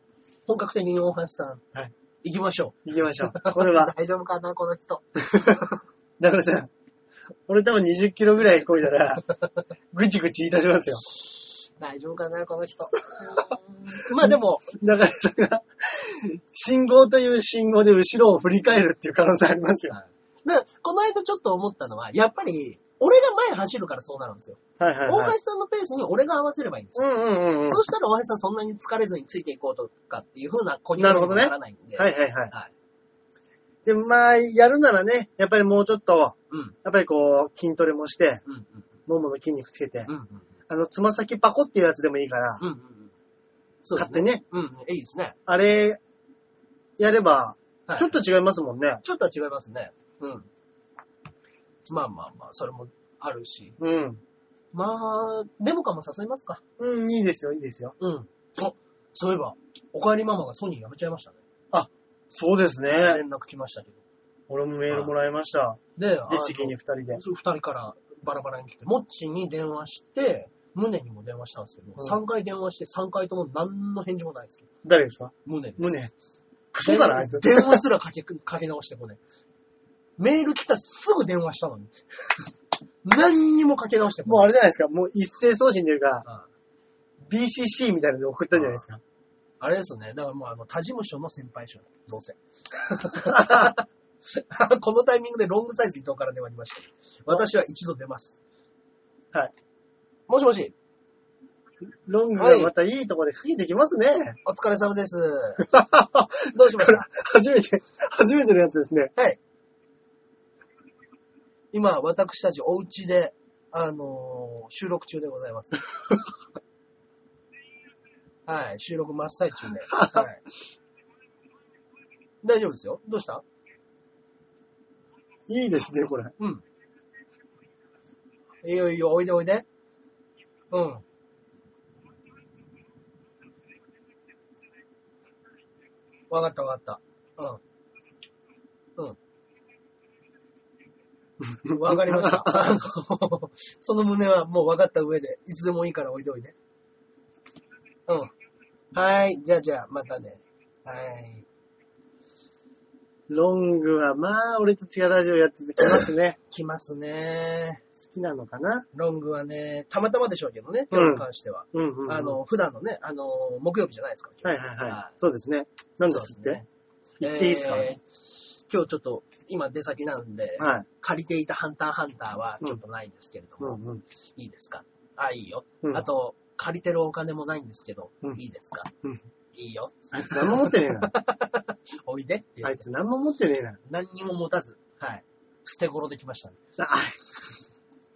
S2: 本格的に大橋さん。
S1: はい。
S2: 行きましょ
S1: 行きましょう。
S2: う。
S1: これは。
S2: 大丈夫かな、この人。
S1: 中根さん、俺多分20キロぐらい漕いだ ら、ぐちぐち言い出しますよ。
S2: 大丈夫かな、この人。 まあでも、
S1: 中根さんが、信号という信号で後ろを振り返るっていう可能性ありますよ。
S2: だこの間ちょっと思ったのは、やっぱり、俺が前走るからそうなるんですよ。
S1: はいはい
S2: 大
S1: は
S2: 橋
S1: い。
S2: さんのペースに俺が合わせればいいんです
S1: うん
S2: よ。
S1: うんうんうん。
S2: そうしたら大橋さんそんなに疲れずについていこうとかっていう風な小
S1: なるほどね
S2: ならないんで。
S1: はいはいはい。
S2: はい。
S1: で、まあ、やるならね、やっぱりもうちょっと、
S2: うん。
S1: やっぱりこう、筋トレもして、
S2: うん。
S1: ももの筋肉つけて、
S2: うん。うん。うん
S1: あの、つま先パコっていうやつでもいいから、
S2: うん。うんうん。そうで
S1: 買っ
S2: す
S1: て
S2: ね。
S1: ね、
S2: うん。うんいいですね。
S1: あれ、やれば、
S2: はい
S1: ちょっと違いますもんね。
S2: ちょっとは違いますね。うん。まあまあまあ、それもあるし。
S1: うん。
S2: まあ、デモカも誘いますか。
S1: うん、いいですよ、いいですよ。
S2: うん。あ、そういえば、おかえりママがソニー辞めちゃいましたね。
S1: そうですね。
S2: 連絡来ましたけど。
S1: 俺もメールもらいました。
S2: で、あ
S1: で、
S2: の
S1: チキンに二人で。
S2: そう二人からバラバラに来て、モッチーに電話して、ムネにも電話したんですけど、
S1: ん
S2: 三3回電話して3回とも何の返事もないんですけど、
S1: 誰ですか
S2: ムネです。
S1: 胸。クソだな、あいつ。
S2: 電話すらかけ、かけ直してこね。メール来たらすぐ電話したのに。何にもかけ直して
S1: もう
S2: ね
S1: あれじゃないですか、もう一斉送信というか、
S2: あ
S1: BCC みたいなので送ったんじゃないですか。
S2: あれですね。だからもうあの、他事務所の先輩所、どうせ。このタイミングでロングサイズ伊藤から電話りました。私は一度出ます。
S1: はい。
S2: もしもし、
S1: ロングがまたいいところで吹いてきますね。
S2: お疲れ様です。どうしました
S1: 初めて、初めてのやつですね。
S2: はい。今、私たちお家で、あのー収録中でございます。はい、収録真っ最中で。はい、大丈夫ですよ。どうした
S1: いいですね、これ。
S2: うん。いいよいいよ、おいでおいで。うん。わかったわかった。うん。うん。わかりました。 あのその旨はもうわかった上で、いつでもいいからおいでおいで。うん。はーい。じゃあじゃあ、またね。はーい。
S1: ロングはまあ、俺たちがラジオやっててきますね。
S2: 来ますね。
S1: 好きなのかな
S2: ロングはね、たまたまでしょうけどね、今日に関しては。
S1: うんうん、うん。
S2: あ、の、普段のね、あの、木曜日じゃないですか。
S1: はいはいはい。そうですね。何ですって、言っていいですか、
S2: えー今日ちょっと、今出先なんで、
S1: はい。
S2: 借りていたハンターハンターはちょっとないんですけれど
S1: う
S2: も、
S1: んうん。
S2: いいですかあ、いいよ。
S1: うん
S2: あと、借りてるお金もないんですけど、
S1: うん
S2: いいですか、
S1: うん
S2: いいよ。
S1: あいつ何も持ってねえな。
S2: おいでって言
S1: あ
S2: っ
S1: い
S2: て、
S1: つ何も持ってねえな。
S2: 何にも持たず、はい。捨て頃できましたね。
S1: あ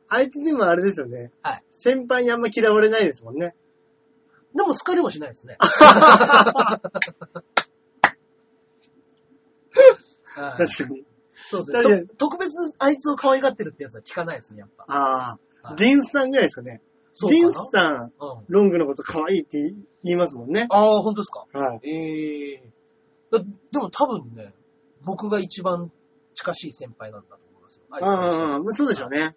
S1: あいつでもあれですよね。
S2: はい。
S1: 先輩にあんま嫌われないですもんね。
S2: でも好かれもしない ですね。はい
S1: 確かに。
S2: そうです
S1: 確か
S2: ね
S1: に。
S2: と特別あいつを可愛がってるってやつは聞かないですね、やっぱ。
S1: あ
S2: は
S1: あ。
S2: い
S1: デンスさんぐらいですかね。
S2: そうか
S1: デ
S2: な
S1: ンスさん、
S2: うん。
S1: ロングのこと可愛いって言い言いますもんね。
S2: ああ、本当ですか。
S1: はい。
S2: ええだでも多分ね、僕が一番近しい先輩なんだと思いますよ。あいつからしたら
S1: ああ、そうでしょうね。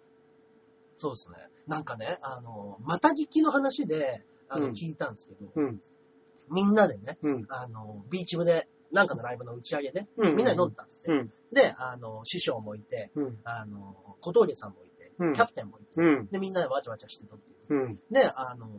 S2: そうですね。なんかね、あの、また聞きの話で、あの、
S1: うん
S2: 聞いたんですけど、
S1: うん。
S2: みんなでね、
S1: うん。
S2: あの、ビーチ部で、なんかのライブの打ち上げで、
S1: うん
S2: みんなで飲んだんですって、
S1: うん。
S2: で、あの、師匠もいて、
S1: うん。
S2: あの、小峠さんもいて、
S1: うん
S2: キャプテンもいて、
S1: うん。
S2: で、みんなでわちゃわちゃしてたっていう。
S1: うん。
S2: で、あの、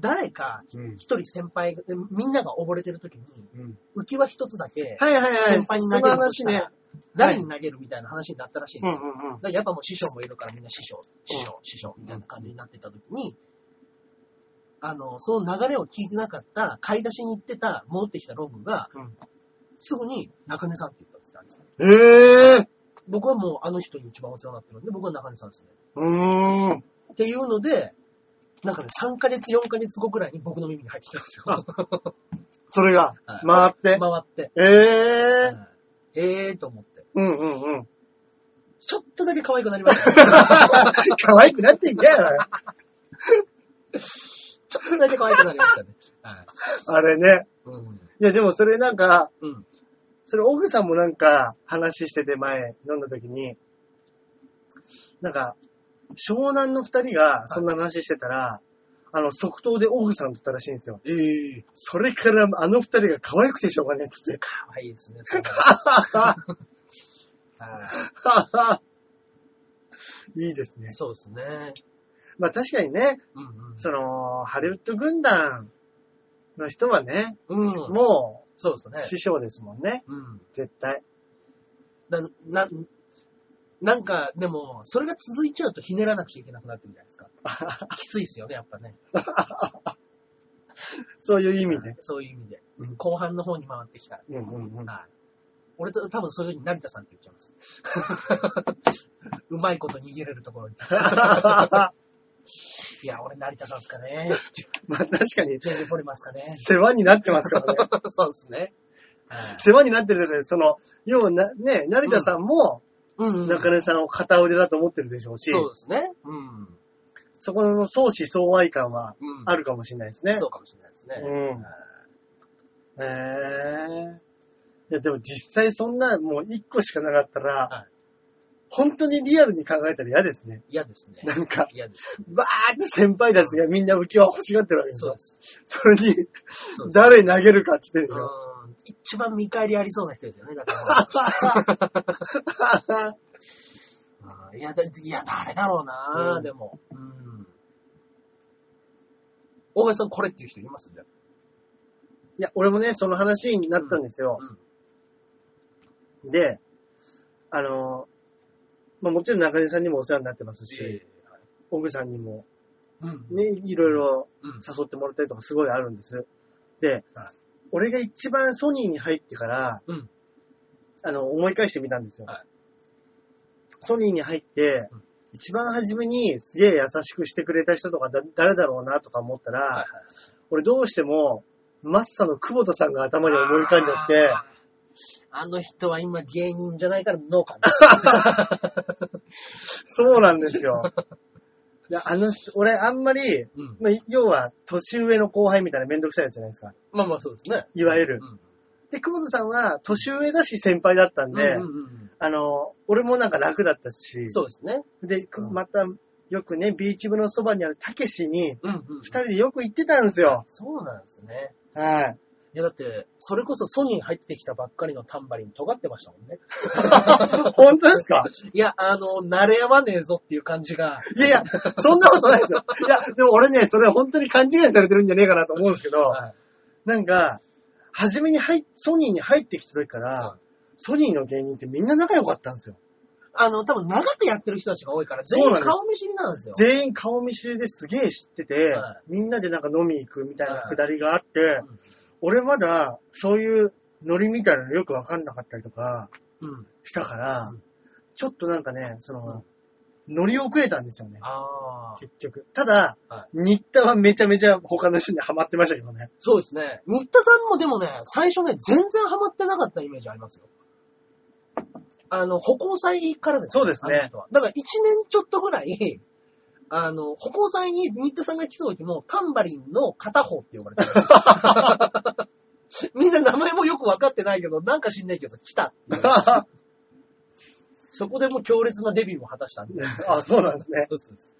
S2: 誰か
S1: うん。
S2: 一人先輩が、でみんなが溺れてる時に、
S1: うん。
S2: 浮き輪一つだけ、
S1: はいはいはい。
S2: 先輩に投げるとした
S1: 素晴ら
S2: ら、誰に投げるみたいな話になったらしいん
S1: う
S2: で
S1: ん
S2: すよ。だか
S1: うんうん。
S2: らやっぱもう師匠もいるからみんな師匠、師匠、師匠みたいな感じになってた時に、あの、その流れを聞いてなかった、買い出しに行ってた、戻ってきたロングが、
S1: うん
S2: すぐに中根さんって言ったんですよあいつ
S1: ええー。
S2: 僕はもうあの人に一番お世話になってるんで、僕は中根さんですね。
S1: うーん。
S2: っていうので、なんかね、3ヶ月、4ヶ月後くらいに僕の耳に入ってきたんですよ。
S1: それが
S2: は、い
S1: 回っ
S2: 回
S1: て。
S2: っ
S1: え
S2: て。
S1: えー。
S2: ええーと思って。
S1: うんうんうん。
S2: ちょっとだけ可愛くなりましたね。
S1: 可愛くなってんかよ、
S2: ちょっとだけ可愛くなりましたね。はい。
S1: あれね。
S2: うん。
S1: いや、でもそれなんか、
S2: うん。
S1: それ、オグさんもなんか話してて前飲んだ時に、なんか、湘南の二人がそんな話してたら、あの、即答でオグさんとったらしいんですよ。
S2: ええー。
S1: それからあの二人が可愛くてしょうがねえっつって。
S2: 可愛いですね、それはい
S1: いですね。
S2: そうですね。
S1: まあ確かにね、
S2: うんうん。
S1: その、ハリウッド軍団の人はね、
S2: うん。
S1: も
S2: そうです
S1: う
S2: ね。
S1: 師匠ですもんね。
S2: うん。
S1: 絶対。
S2: な、な、なんか、でも、それが続いちゃうとひねらなくちゃいけなくなってるじゃないですか。 きついですよね、やっぱね。
S1: そういう意味で。
S2: そういう意味で
S1: うん。
S2: 後半の方に回ってきたら。
S1: うんうんうん。
S2: はい。俺と、多分そういう時に成田さんって言っちゃいます。 うまいこと逃げれるところに。 いや、俺成田さんですかね。
S1: まあ確かに、
S2: ジェンジポリマスかね。
S1: 世話になってますからね。
S2: そうですね。はい
S1: 世話になってるというか、その、要はな、ね、成田さんも
S2: うんうん。
S1: 中根さんを片腕だと思ってるでしょうし、
S2: そうですね。うん。
S1: そこの相思相愛感は
S2: うん。
S1: あるかもしれないですね
S2: そ。うかもしれないですね。
S1: うん
S2: はい
S1: へえ。いや、でも実際そんな、もう一個しかなかったら、
S2: はい
S1: 本当にリアルに考えたら嫌ですね。
S2: 嫌ですね。
S1: なんか、
S2: 嫌です。
S1: バーって先輩たちがみんな浮き輪欲しがってるわけです
S2: そう
S1: よ
S2: で。す。
S1: それに、
S2: そうです
S1: 誰投げるかって言ってるんで
S2: うん。一番見返りありそうな人ですよね、だから。
S1: す よ。
S2: うんいや、だいや誰だろうな、
S1: うん
S2: でも。うん。大橋さん、これっていう人いますね。
S1: いや、俺もね、その話になったんですよ。
S2: うん
S1: で、あの、まあ、もちろん中根さんにもお世話になってますし、小グさんにも
S2: うん。
S1: ね、いろいろ
S2: うん
S1: 誘ってもらったりとかすごいあるんです。で
S2: はい、
S1: 俺が一番ソニーに入ってから、
S2: うん
S1: あの、思い返してみたんですよ。
S2: はい
S1: ソニーに入って
S2: うん、
S1: 一番初めにすげえ優しくしてくれた人とかだ誰だろうなとか思ったら、
S2: はい
S1: 俺どうしても、マッサの久保田さんが頭に思い浮かんじゃって、
S2: あー。あの人は今芸人じゃないから農家です。
S1: そうなんです よ。であの人、俺あんまり、
S2: うん。
S1: まあ、要は年上の後輩みたいなめんどくさいやつじゃないですか。
S2: まあまあそうですね。
S1: いわゆる。
S2: うん
S1: で、久保田さんは年上だし先輩だったんで、
S2: うんうんうん
S1: あの、俺もなんか楽だったし、
S2: そうですね。
S1: で、く
S2: うん
S1: またよくね、ビーチ部のそばにあるたけしに、
S2: うんうん。
S1: 二人でよく行ってたんですよ。
S2: そうなんですね。
S1: はい。
S2: いやだって、それこそソニー入ってきたばっかりのタンバリン尖ってましたもんね。
S1: 本当ですか
S2: いや、あの、慣れ合わねえぞっていう感じが。
S1: いやいや、そんなことないですよ。いや、でも俺ね、それは本当に勘違いされてるんじゃねえかなと思うんですけど、
S2: はい
S1: なんか、初めに入っ、ソニーに入ってきた時から、
S2: は
S1: ソニーの芸人ってみんな仲良かったんですよ。
S2: あの、多分長くやってる人たちが多いから、
S1: そう
S2: 全
S1: な
S2: 員
S1: んです
S2: 顔見知りなんですよ。
S1: 全員顔見知りですげえ知ってて、
S2: は
S1: みんなでなんか飲み行くみたいな
S2: はい
S1: くだりがあって、
S2: ん
S1: 俺まだそういうノリみたいなのよくわかんなかったりとか
S2: うん。
S1: したから、
S2: うん
S1: ちょっとなんかね、その、乗り遅れたんですよね。
S2: ああ。
S1: 結局。ただ、
S2: は
S1: 新田はめちゃめちゃ他の人にハマってましたけどね。
S2: そうですね。新田さんもでもね、最初ね、全然ハマってなかったイメージありますよ。あの、歩行祭からです
S1: そうですね
S2: あの人はだから1年ちょっとぐらい、あの、歩行祭に新田さんが来た時も、タンバリンの片方って呼ばれてま した。みんな名前もよく分かってないけど、なんか知んないけど、来たっていう。 そこでもう強烈なデビューも果たしたんで。
S1: あ、そうなんですね。
S2: そうそうそう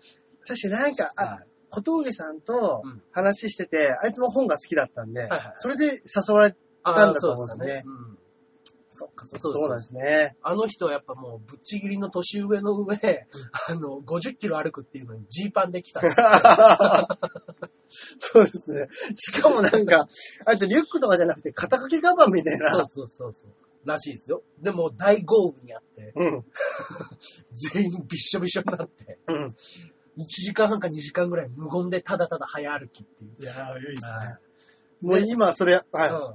S1: 確かになんか、あ、
S2: はい
S1: 小峠さんと
S2: うん
S1: 話してて、あいつも本が好きだったんで、
S2: はい
S1: それで誘われ、
S2: あ
S1: たん
S2: ー
S1: だと
S2: そうで
S1: 思うんです
S2: すかね
S1: ね。
S2: うん
S1: そっか
S2: そうそう
S1: そうなんですね。
S2: あの人はやっぱもうぶっちぎりの年上の上、あの、50キロ歩くっていうのにジーパンで来たんですよ
S1: そうですね。しかもなんか、あいつリュックとかじゃなくて肩掛けカバンみたいな。
S2: そうそうそうそう。らしいですよ。でも大豪雨にあって、
S1: うん。
S2: 全員びっしょびしょになって、
S1: うん。
S2: 1時間半か2時間ぐらい無言でただただ早歩きっていう。
S1: いやー、いいです
S2: はい
S1: ね。もう今、それ、はい。
S2: うん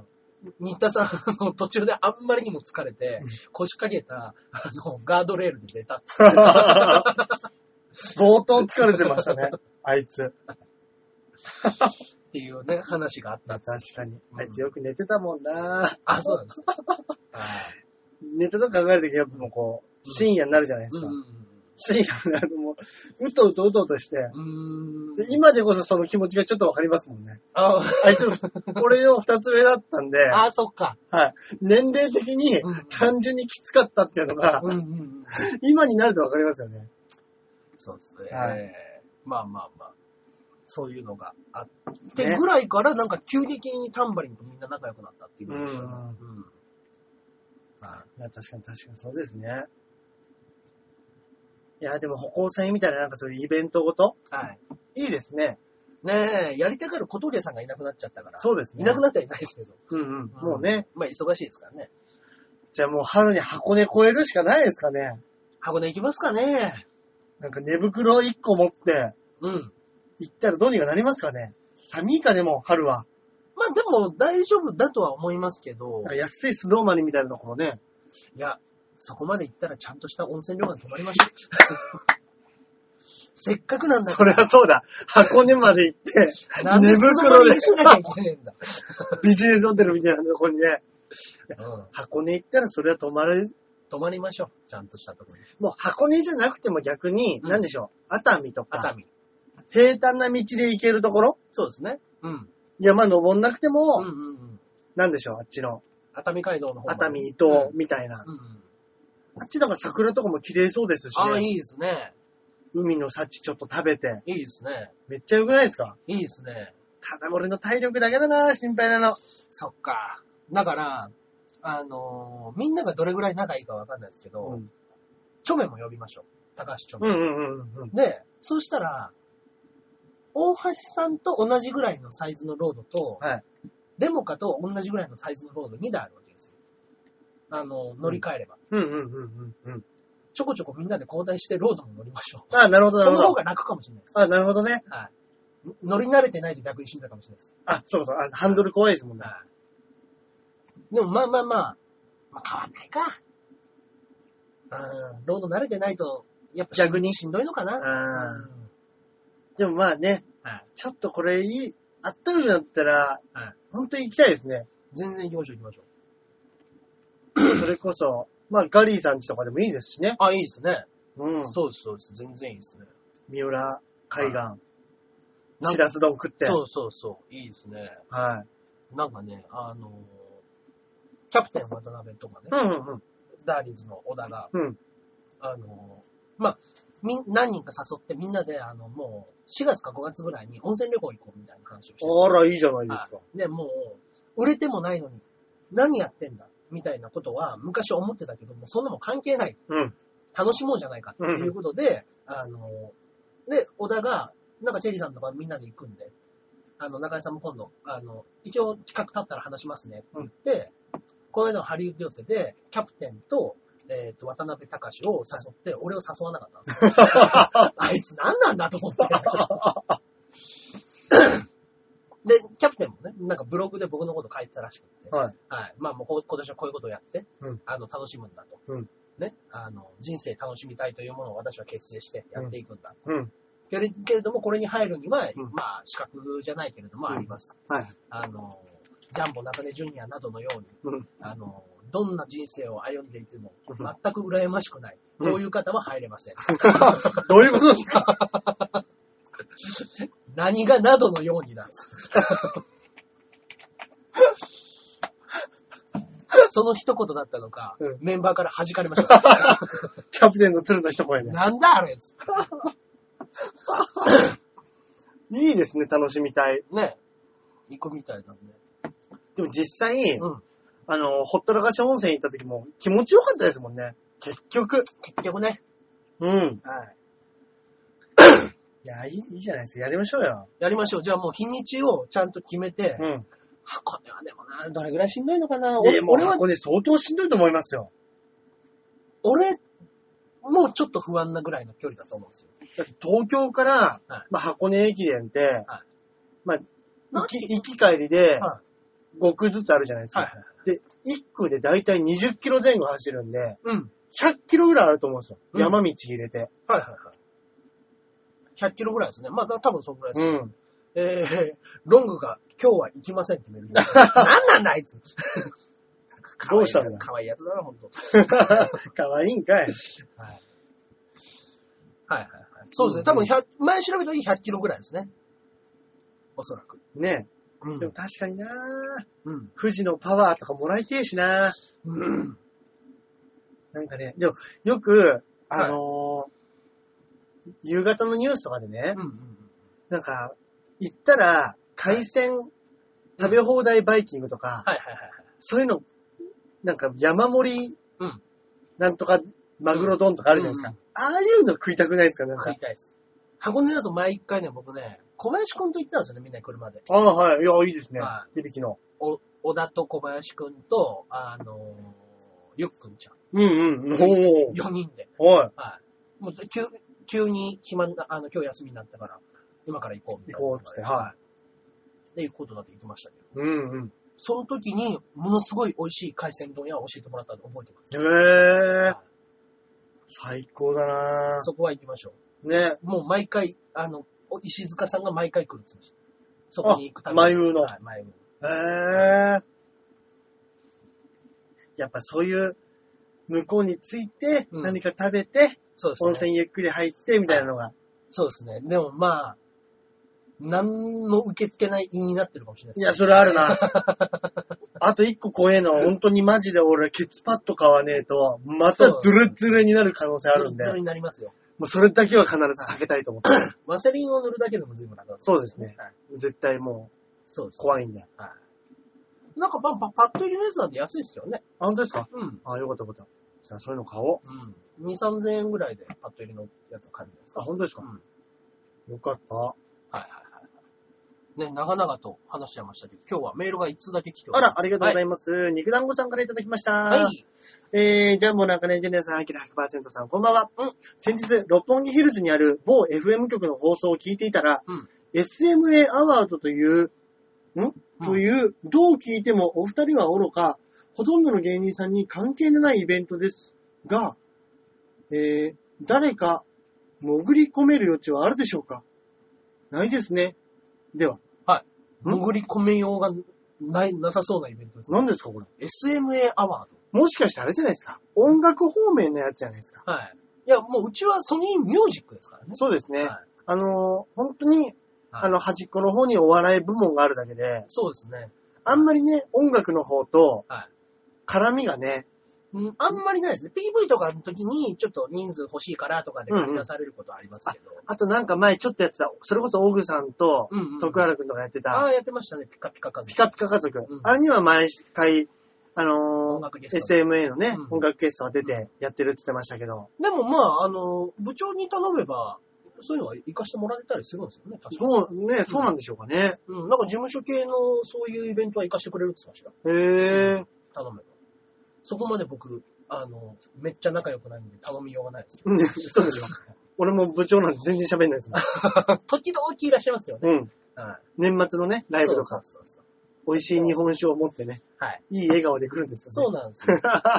S2: 新田さん、あの途中であんまりにも疲れて、腰掛けた、あの、ガードレールで寝たっつって
S1: 相当疲れてました ね。あいつ。
S2: っていうね、話があったっつって
S1: 確かに。あいつよく寝てたもんな
S2: あ、そうなん です。はい
S1: ネタとか考えるときやっぱもうこう、深夜になるじゃないです
S2: うん
S1: か
S2: う。ん
S1: 深夜になるともう、うとうとうとうとして。
S2: うん。うー
S1: で
S2: ん。
S1: 今でこそその気持ちがちょっとわかりますもんね。
S2: あ
S1: あいつ、俺の二つ上だった んで、は
S2: あ、そっか。
S1: い。年齢的に
S2: うん
S1: 単純にきつかったっていうのが、
S2: うんうんうん。
S1: 今になるとわかりますよね。
S2: そうですね。
S1: はい
S2: まあまあまあ。そういうのがあっ
S1: ね
S2: てぐらいから、なんか急激にタンバリンとみんな仲良くなったっていう感じでしたね。
S1: うん
S2: うんはい
S1: いや、確かに確かにそうですね。いや、でも歩行祭みたいななんかそういうイベントごと
S2: はい。
S1: いいですね。
S2: ねえ、やりたがる小峠さんがいなくなっちゃったから。
S1: そうですね。
S2: いなくなってはいないですけど。
S1: うんうん。もうね。
S2: まあ忙しいですからね。
S1: じゃあもう春に箱根越えるしかないですかね。
S2: 箱根行きますかね。
S1: なんか寝袋一個持って
S2: うん。
S1: 行ったらどうにかなりますかね。寒いかでも春は。
S2: まあでも大丈夫だとは思いますけ
S1: な
S2: ど
S1: ん、か安いスノーマンみたいなところね。
S2: いや、そこまで行ったらちゃんとした温泉旅館に泊まりましょう。 せっかくなんだ
S1: そ
S2: か
S1: れ
S2: ら、
S1: はそうだ。箱根まで行って、
S2: なんで
S1: 寝
S2: その
S1: 袋
S2: 場
S1: で
S2: にしなきゃいけねえんだ。
S1: ビジネスホテルみたいなところにね、
S2: うん
S1: 箱根行ったらそれは泊まる。
S2: 泊まりましょう。ちゃんとしたところに。
S1: もう箱根じゃなくても逆に、
S2: うん
S1: なんでしょう。熱海と
S2: 熱
S1: か、
S2: 海。
S1: 平坦な道で行けるところ
S2: そうですね。うん。
S1: 山登んなくて
S2: うんう
S1: も、
S2: んうん。
S1: なんでしょう、あっちの。
S2: 熱海街道の方まで
S1: 熱海伊東みたいな。
S2: うんうん。
S1: あっちなんか桜とかも綺麗そうですし
S2: ああ、
S1: ね。
S2: いいですね。
S1: 海の幸ちょっと食べて。
S2: いいですね。
S1: めっちゃ良くないですか
S2: いいですね。
S1: ただ俺の体力だけだな、心配なの。
S2: そっか。だから、あのーみんながどれぐらい仲いいかわかんないですけど、
S1: うん
S2: チョメも呼びましょう。高橋チョメ。
S1: うんうんうんうん。
S2: で、そうしたら、大橋さんと同じぐらいのサイズのロードと、
S1: はい
S2: デモカと同じぐらいのサイズのロード2台あるわけですよ。あの、乗り換えれば。
S1: うんうんうんうんうん。
S2: ちょこちょこみんなで交代してロードも乗りましょ
S1: あ、なるほ
S2: う。
S1: ど、な
S2: そ
S1: る
S2: の方
S1: ほど。
S2: が楽かもしれないです。
S1: あ、なるほどね。
S2: はい。乗り慣れてないと逆に死んだかもしれないです。
S1: あ、そうそう。あハンドル怖いですもんね。
S2: はい。でもまあまあまあ、まあ変わんないか。うん、ロード慣れてないと、やっぱし
S1: 逆に
S2: しんどいのかな。
S1: あー
S2: うん
S1: でもまあね、
S2: はい
S1: ちょっとこれいい、あったかくなったら、
S2: はい
S1: 本当に行きたいですね。
S2: 全然行きましょう行きましょう。
S1: それこそ、まあガリーさんちとかでもいいですしね。
S2: あ、いいですね。
S1: うん。
S2: そうですそうです。全然いいですね。
S1: 三浦海岸、
S2: なん
S1: しらす丼食って。
S2: そうそうそう。いいですね。
S1: はい。
S2: なんかね、あのーキャプテン渡辺とかね、
S1: うんうんうん。
S2: ダーリンズの小田が、
S1: うん
S2: あのーまあ、みん、何人か誘ってみんなで、あの、もう、4月か5月ぐらいに温泉旅行行こうみたいな話をしてて
S1: あら、いいじゃないですか。
S2: で、もう、売れてもないのに、何やってんだみたいなことは昔思ってたけども、そんなもん関係ない。
S1: うん。
S2: 楽しもうじゃないかっていうことで、あの、で、小田が、なんかチェリーさんとかみんなで行くんで、あの、中井さんも今度、あの、一応企画立ったら話しますねって言って、この間のハリウッド寄せで、キャプテンと、えっ、と、渡辺隆を誘って、俺を誘わなかったんですよ。あいつ何なんだと思って。で、キャプテンもね、なんかブログで僕のこと書いてたらしくって、
S1: はい。
S2: はい。まあもうこう今年はこういうことをやって、
S1: うん
S2: あの、楽しむんだと。
S1: うん
S2: ね。あの、人生楽しみたいというものを私は結成してやっていくんだ。
S1: うん。
S2: けれけれども、これに入るには、
S1: うん
S2: まあ、資格じゃないけれども
S1: うん
S2: あります。
S1: はい。
S2: あの、ジャンボ中根ジュニアなどのように、
S1: うん。
S2: あの、どんな人生を歩んでいても、
S1: うん
S2: 全く羨ましくない。
S1: うん
S2: こういう方は入れません。
S1: どういうことですか
S2: 何がなどのようになんです。その一言だったのか、
S1: うん
S2: メンバーから弾かれました。
S1: キャプテンの鶴の一声ね。
S2: なんだあれっつって
S1: いいですね、楽しみたい。
S2: ね。行くみたいだね。
S1: でも実際、
S2: うん。
S1: あの、ほったらかし温泉行った時も気持ちよかったですもんね。結局。
S2: 結局ね。
S1: うん。
S2: はい。
S1: いや、いいいいじゃないですか。やりましょうよ。
S2: やりましょう。じゃあもう日にちをちゃんと決めて、
S1: うん。
S2: 箱根はでもな、どれぐらいしんどいのかな。
S1: で
S2: 俺
S1: も、
S2: 俺は
S1: 箱、根相当しんどいと思いますよ。
S2: 俺、もうちょっと不安なぐらいの距離だと思うんですよ。
S1: だって東京から、
S2: はい
S1: まあ、箱根駅伝って、
S2: はい
S1: まあ、
S2: な
S1: 行き、行き帰りで
S2: は、
S1: 5区ずつあるじゃないですか。
S2: い。
S1: で、1区でだいたい20キロ前後走るんで、
S2: うん。
S1: 100キロぐらいあると思うんですよ。
S2: うん
S1: 山道入れて。
S2: はいはいはい。100キロぐらいですね。まあ、多分そんぐらいです、
S1: うん。
S2: えー、ロングが今日は行きませんってメールが。なんなんだあい つ。
S1: どうしたんだ
S2: かわいいやつだな、ほんと。
S1: かわいいんかい。
S2: はい。はいはいはい。そうですね。多分100、前調べた時100キロぐらいですね。おそらく。
S1: ね
S2: う
S1: でも。確かにな
S2: うん。
S1: 富士のパワーとかもらいてえしな
S2: うん。
S1: なんかね、でも、よく、あのー夕方のニュースとかでね、なんか、行ったら、海鮮、食べ放題バイキングとか、
S2: はいはいはいはい。
S1: そういうの、なんか山盛り、
S2: うん
S1: なんとか、マグロ丼とかあるじゃないですか。
S2: うん
S1: ああいうの食いたくないですか、なんか。
S2: 食いたいです。箱根だと毎回ね、僕ね、小林くんと行ったんですよね、みんなで車で。
S1: ああ、はい。いや、いいですね
S2: は。
S1: 手引きの。
S2: お、小田と小林くんと、あのー、ゆっくんちゃん。
S1: うんうん。おー
S2: 4人で。
S1: はい。
S2: はい。もう急、急に暇な、あの、今日休みになったから、今から行こうみたいな。。
S1: 行こうっつってはい
S2: で、行くことだって言ってましたけど、
S1: うんうん。
S2: その時に、ものすごい美味しい海鮮丼屋を教えてもらったの覚えてます。
S1: へえ
S2: は。
S1: 最高だない
S2: そこは行きましょ
S1: ぁ。ね。
S2: う。もう毎回、あの、お石塚さんが毎回来るって言ってました。そこに行くために。
S1: あ前運の
S2: はい、前運。
S1: へえ。やっぱそういう、向こうに着いて、
S2: うん
S1: 何か食べて、
S2: そうですね。
S1: 温泉ゆっくり入って、みたいなのが。
S2: そうですね。でもまあ、何の受け付けない胃になってるかもしれない
S1: い
S2: です。
S1: や、それある な。あと一個怖えのは、本当にマジで俺、ケツパッド買わねえと、またズルズルになる可能性あるんで
S2: ツルツ、ルになりますよ。
S1: もうそれだけは必ず避けたいと思って。
S2: ワセリンを塗るだけでも随分楽だと思ん
S1: そうですね
S2: はい
S1: 絶対も
S2: そうで
S1: う、
S2: すね。
S1: 怖いんで。
S2: はい。なんかパパパッと入りのやつなんで安いですけどね。
S1: あ、本当ですか
S2: うん。
S1: あ、よかったよかった。じゃあ、そういうの買おう。
S2: うん。2、3000円ぐらいでパッと入りのやつを買えるんです
S1: あ、
S2: か。
S1: 本当ですか、
S2: うん
S1: よかった。
S2: はいはいはい。ね、長々と話しちゃいましたけど、今日はメールが一通だけ来てお
S1: あ
S2: ります。
S1: ら、ありがとうございます。肉団子さんからいただきました。
S2: はい。はい。
S1: えー、ジャンボ中根ジュニアさん、アキラ100%さん、こんばんは。先日、六本木ヒルズにある某 FM 局の放送を聞いていたら、
S2: うん
S1: SMA アワードという、ん、という、どう聞いてもお二人は愚か、ほとんどの芸人さんに関係のないイベントですが、えー、誰か潜り込める余地はあるでしょうかないですね。では、
S2: 潜り込めようがない、なさそうなイベントですね。
S1: 何ですかこれ。
S2: SMA アワー
S1: もしかしてあれじゃないですか音楽方面のやつじゃないですか。
S2: ド。はい。いや、もううちはソニーミュージックですからね。
S1: そうですね。
S2: はい
S1: あのー本当に、あの、端っこの方にお笑い部門があるだけで、
S2: そうですね。
S1: あんまりね、音楽の方と
S2: は、
S1: 絡みがね、
S2: うんあんまりないですね。PV とかの時に、ちょっと人数欲しいからとかで借り出されることはありますけど。
S1: あとなんか前ちょっとやってた、それこそオグさんと
S2: うんうんうん、
S1: 徳原くんとかやって
S2: ああ、
S1: た、
S2: やってましたね。ピカピカ風。
S1: ピカピカ家族
S2: うん。
S1: あれには毎回、あ
S2: 音
S1: の
S2: 楽
S1: ー
S2: ゲ、スト
S1: SMA のね、
S2: うん
S1: 音楽ゲストが出てやってるって言ってましたけど、
S2: でもまあ、あの、部長に頼めば、そういうのは活かしてもらえたりするんですよね。確か
S1: ど
S2: に。
S1: う、ね、そうなんでしょうかね。
S2: うん。なんか事務所系のそういうイベントは活かしてくれるって言ってまし
S1: へー。
S2: たよ。頼めば。そこまで僕、あの、めっちゃ仲良くないんで頼みようがないですよ。
S1: うんそうでしょ。俺も部長なんて全然喋んないですも
S2: 時々いらっしゃいますけどね。
S1: ん。うん。
S2: はい。
S1: 年末のね、ライブと
S2: そう
S1: か、
S2: そうそうそう。
S1: 美味しい日本酒を持ってね、
S2: はい。
S1: いい笑顔で来るんですよね。
S2: そうなんです よ。なんかね、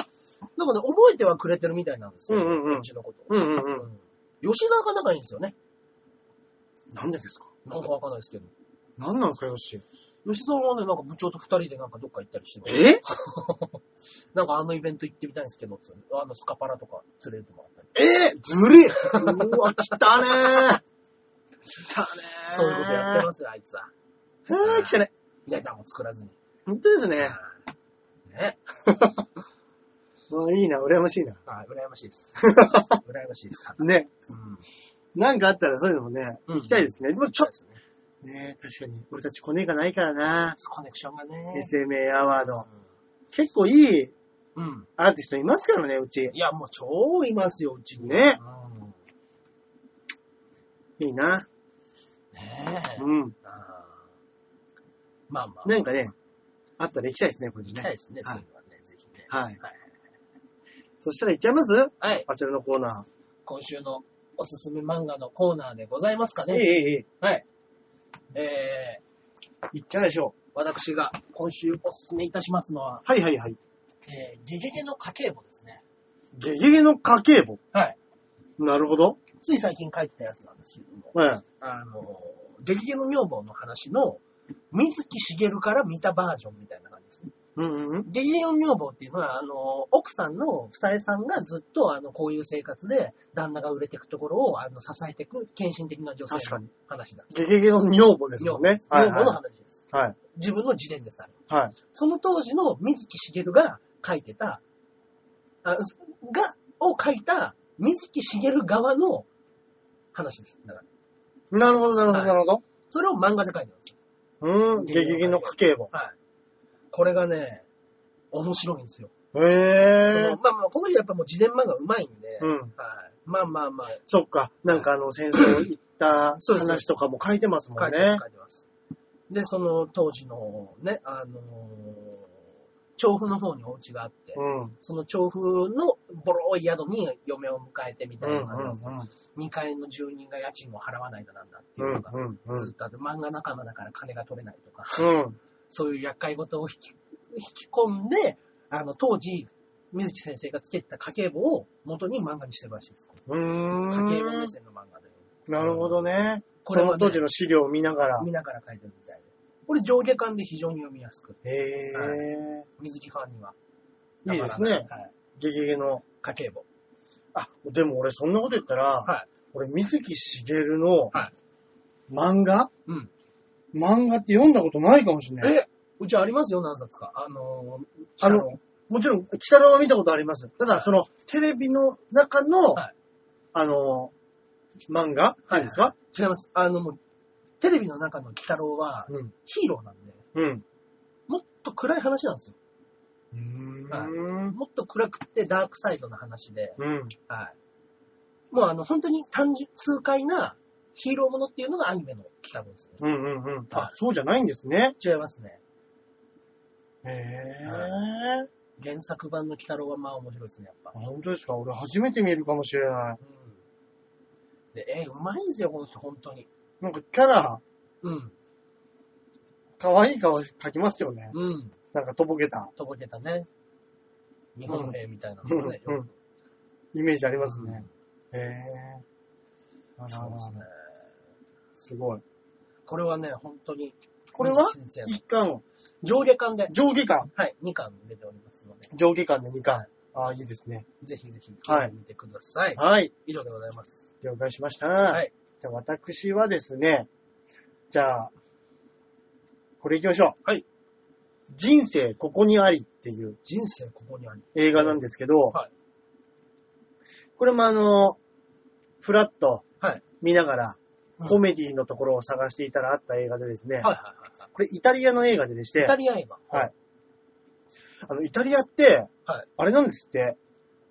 S2: 覚えてはくれてるみたいなんですよ。
S1: うんうんうん
S2: うちのこと。
S1: うんうんうん。
S2: 吉沢が仲いいんですよね。
S1: なんでですか
S2: なんかわかんないですけど。
S1: なんなんですか、ヨッシー。
S2: 吉沢はね、なんか部長と二人でなんかどっか行ったりしてます
S1: え
S2: なんかあのイベント行ってみたいんですけど、つってあのスカパラとか連れてもらったり。
S1: えずるいうわ、来たねー。来たねー。
S2: そういうことやって
S1: ま
S2: ますよ、あいつは。
S1: す。あー、来たね。
S2: ネタも作らずに。
S1: 本当ですね。
S2: ね。
S1: うんいいな、羨 ましいな。
S2: はい、羨ましい です。羨ましいです。
S1: ね。
S2: うん。
S1: なんかあったらそういうのもね、
S2: うん
S1: 行きたいですね。でもちょっ
S2: とね。
S1: と、ね確かに。俺たちコネがないからな。
S2: コネクションがね。
S1: SMA アワード。結構いい
S2: うん。うん
S1: アーティストいますからね、うち。
S2: いや、もう超いますよ、うちに。
S1: ね
S2: うん。
S1: いいな。
S2: ねえ。
S1: うん。
S2: あーまあまあ。
S1: なんかね、あったら行きたいですね、これ
S2: 行きたい
S1: ね。
S2: ですね、
S1: はい
S2: そういうのはね、ぜひね。
S1: はい
S2: はい。
S1: そしたら行っちゃいます
S2: はい。
S1: あちらのコーナ
S2: 今週のおすすめ漫画のコーナーでございますか
S1: ー。
S2: ね。
S1: いいいい。
S2: はい。え
S1: 行っちゃいましょ
S2: ー、私が今週おすすめいたしますのは、
S1: う。はいはいはい。
S2: えー、ゲゲゲの家計簿ですね。
S1: ゲゲゲの家計簿。
S2: はい。
S1: なるほど。
S2: つい最近書いてたやつなんですけども、
S1: はい。
S2: あのー、ゲゲゲの女房の話の、水木しげるから見たバージョンみたいな感じですね。
S1: うんうんうん。
S2: ゲゲゲの女房っていうのは、あの、奥さんの房江さんがずっと、あの、こういう生活で、旦那が売れていくところを、あの、支えていく、献身的な女性
S1: 確かに
S2: の話だ。
S1: ゲゲゲの女房ですもんね。
S2: 女房の話です。
S1: はい。
S2: 自分の自伝です、あれ。
S1: はい。
S2: その当時の水木しげるが書いてた、あが、を書いた、水木しげる側の話です。だから、
S1: なるほど、なるほど、なるほど。
S2: それを漫画で書いてます。
S1: うん。ゲゲゲの家計簿。
S2: はい。これがね、面白いんですよ。そ
S1: へ
S2: の
S1: え。
S2: まあまあ、この人やっぱもう自伝漫画上手いんで、
S1: うん。
S2: はい。まあまあまあ、
S1: そっか。なんかあの、戦争行った
S2: そうです
S1: 話とかも書いてますも
S2: 書
S1: ん
S2: いてます、
S1: ね。
S2: 書いてます。で、その当時のね、あのー調布の方にお家があって、
S1: うん。
S2: その調布のボロい宿に嫁を迎えてみ
S1: う
S2: た
S1: ん
S2: いうなんのがありますけど、2階の住人が家賃を払わないだなんだって
S1: う
S2: いうんのが、
S1: うんう
S2: ず
S1: ん
S2: っとあって、漫画仲間だから金が取れないとか、
S1: うん
S2: そういう厄介事を引き引き込んで、あの、当時、水木先生がつけてた家計簿を元に漫画にしてるらしいです。
S1: うん
S2: 家計簿
S1: うー
S2: 目
S1: ん
S2: 線の漫画で。
S1: なるほどね。こ
S2: これ
S1: れ
S2: はね
S1: その当時の資料を見ながら。
S2: 見ながら書いてるみたいで。これ上下巻で非常に読みやすくて、
S1: へえ。
S2: 水木ファンには。
S1: いいですね。
S2: はい。
S1: ゲゲゲの。
S2: 家計簿。
S1: あ、でも俺そんなこと言ったら、
S2: はい
S1: 俺、水木しげるの
S2: は
S1: 漫画、
S2: うん
S1: 漫画って読んだことないかもしれない。
S2: えうちありますよ、何冊か。あのー、
S1: あのもちろん、北郎は見たことあります。た
S2: は
S1: だ、
S2: い
S1: その、テレビの中の、
S2: はい
S1: あのー、漫画っていうんですか、
S2: 違います。あの、もう、テレビの中の鬼太郎は
S1: うん。
S2: ヒーローなんで、
S1: うん。
S2: もっと暗い話なんですよ。
S1: うーん。
S2: はいもっと暗くってダークサイドな話で、
S1: うん。
S2: はい。もうあの、本当に単純、痛快なヒーローものっていうのがアニメの企画ですね。
S1: うんうんうん。あ、そうじゃないんですね。
S2: 違いますね。
S1: へえ。
S2: 原作版の鬼太郎はまあ面白いですね、やっぱ
S1: あ。本当ですか俺初めて見るかもしれない。
S2: うん。で、えうまいんですよ、この人、本当に。
S1: なんかキャラ、
S2: うん。
S1: 可愛い顔描きますよね。
S2: うん。
S1: なんかとぼけた
S2: とぼけたね。日本兵みたいなのがね、
S1: うん
S2: よ
S1: イメージありますね。へえ。あ
S2: く。
S1: ら
S2: そ
S1: あ
S2: う
S1: ら
S2: で
S1: あ
S2: す
S1: ら
S2: ね。
S1: すごい。
S2: これはね、本当に。
S1: これは
S2: 水木先生の
S1: 一巻、
S2: 上下巻で、
S1: 上下巻。
S2: はい、2巻出ておりますので、
S1: 上下巻で二巻。ああ、いいですね。
S2: ぜひぜひ
S1: は
S2: 聞
S1: い
S2: いてみてください。
S1: はい。
S2: 以上でございます。
S1: 了解しました。
S2: い
S1: じゃあ私はですね、じゃあ、これ行きましょう。
S2: はい。
S1: 人生ここにありっていう
S2: 人生ここにあり。
S1: 映画なんですけど、
S2: はい
S1: これもあの、フラッと
S2: はい
S1: 見ながら、
S2: うん
S1: コメディのところを探していたらあった映画でですね、
S2: はいはいは
S1: これイタリアの映画ででし
S2: い。
S1: て
S2: イタ、リア映画。
S1: はい。あの、イタリアって、
S2: はい
S1: あれなんですって、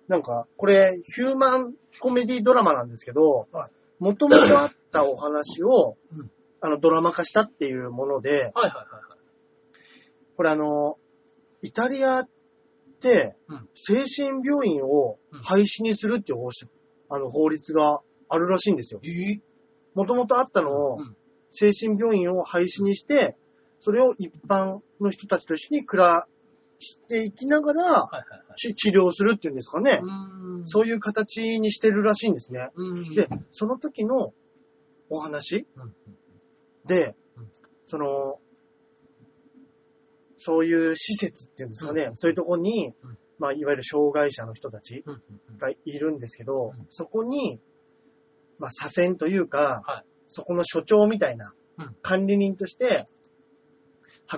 S1: なんか、これ、ヒューマンコメディドラマなんですけど
S2: は、
S1: もともとあったお話を
S2: うん、
S1: あの、ドラマ化したっていうもので、
S2: はいはいはいはい。
S1: これあの、イタリアって
S2: うん、
S1: 精神病院を廃止にするっていう方針、あの、法律があるらしいんですよ。
S2: え
S1: もともとあったのを
S2: う、ん。
S1: 精神病院を廃止にして、それを一般の人たちと一緒に暮らしていきながら、
S2: はいはいはい。
S1: ち治療するっていうんですかね
S2: う。ーん。
S1: そういう形にしてるらしいんですね。
S2: うーん。
S1: で、その時のお話
S2: うん、うん
S1: で
S2: うん、
S1: その、そういう施設っていうんですかね、そういうとこに
S2: うん、
S1: まあ、いわゆる障害者の人たち
S2: うんうんうん
S1: がいるんですけど
S2: うん、
S1: そこに、まあ、左遷という
S2: は
S1: か
S2: い、
S1: そこの所長みたいな
S2: うん
S1: 管理人として、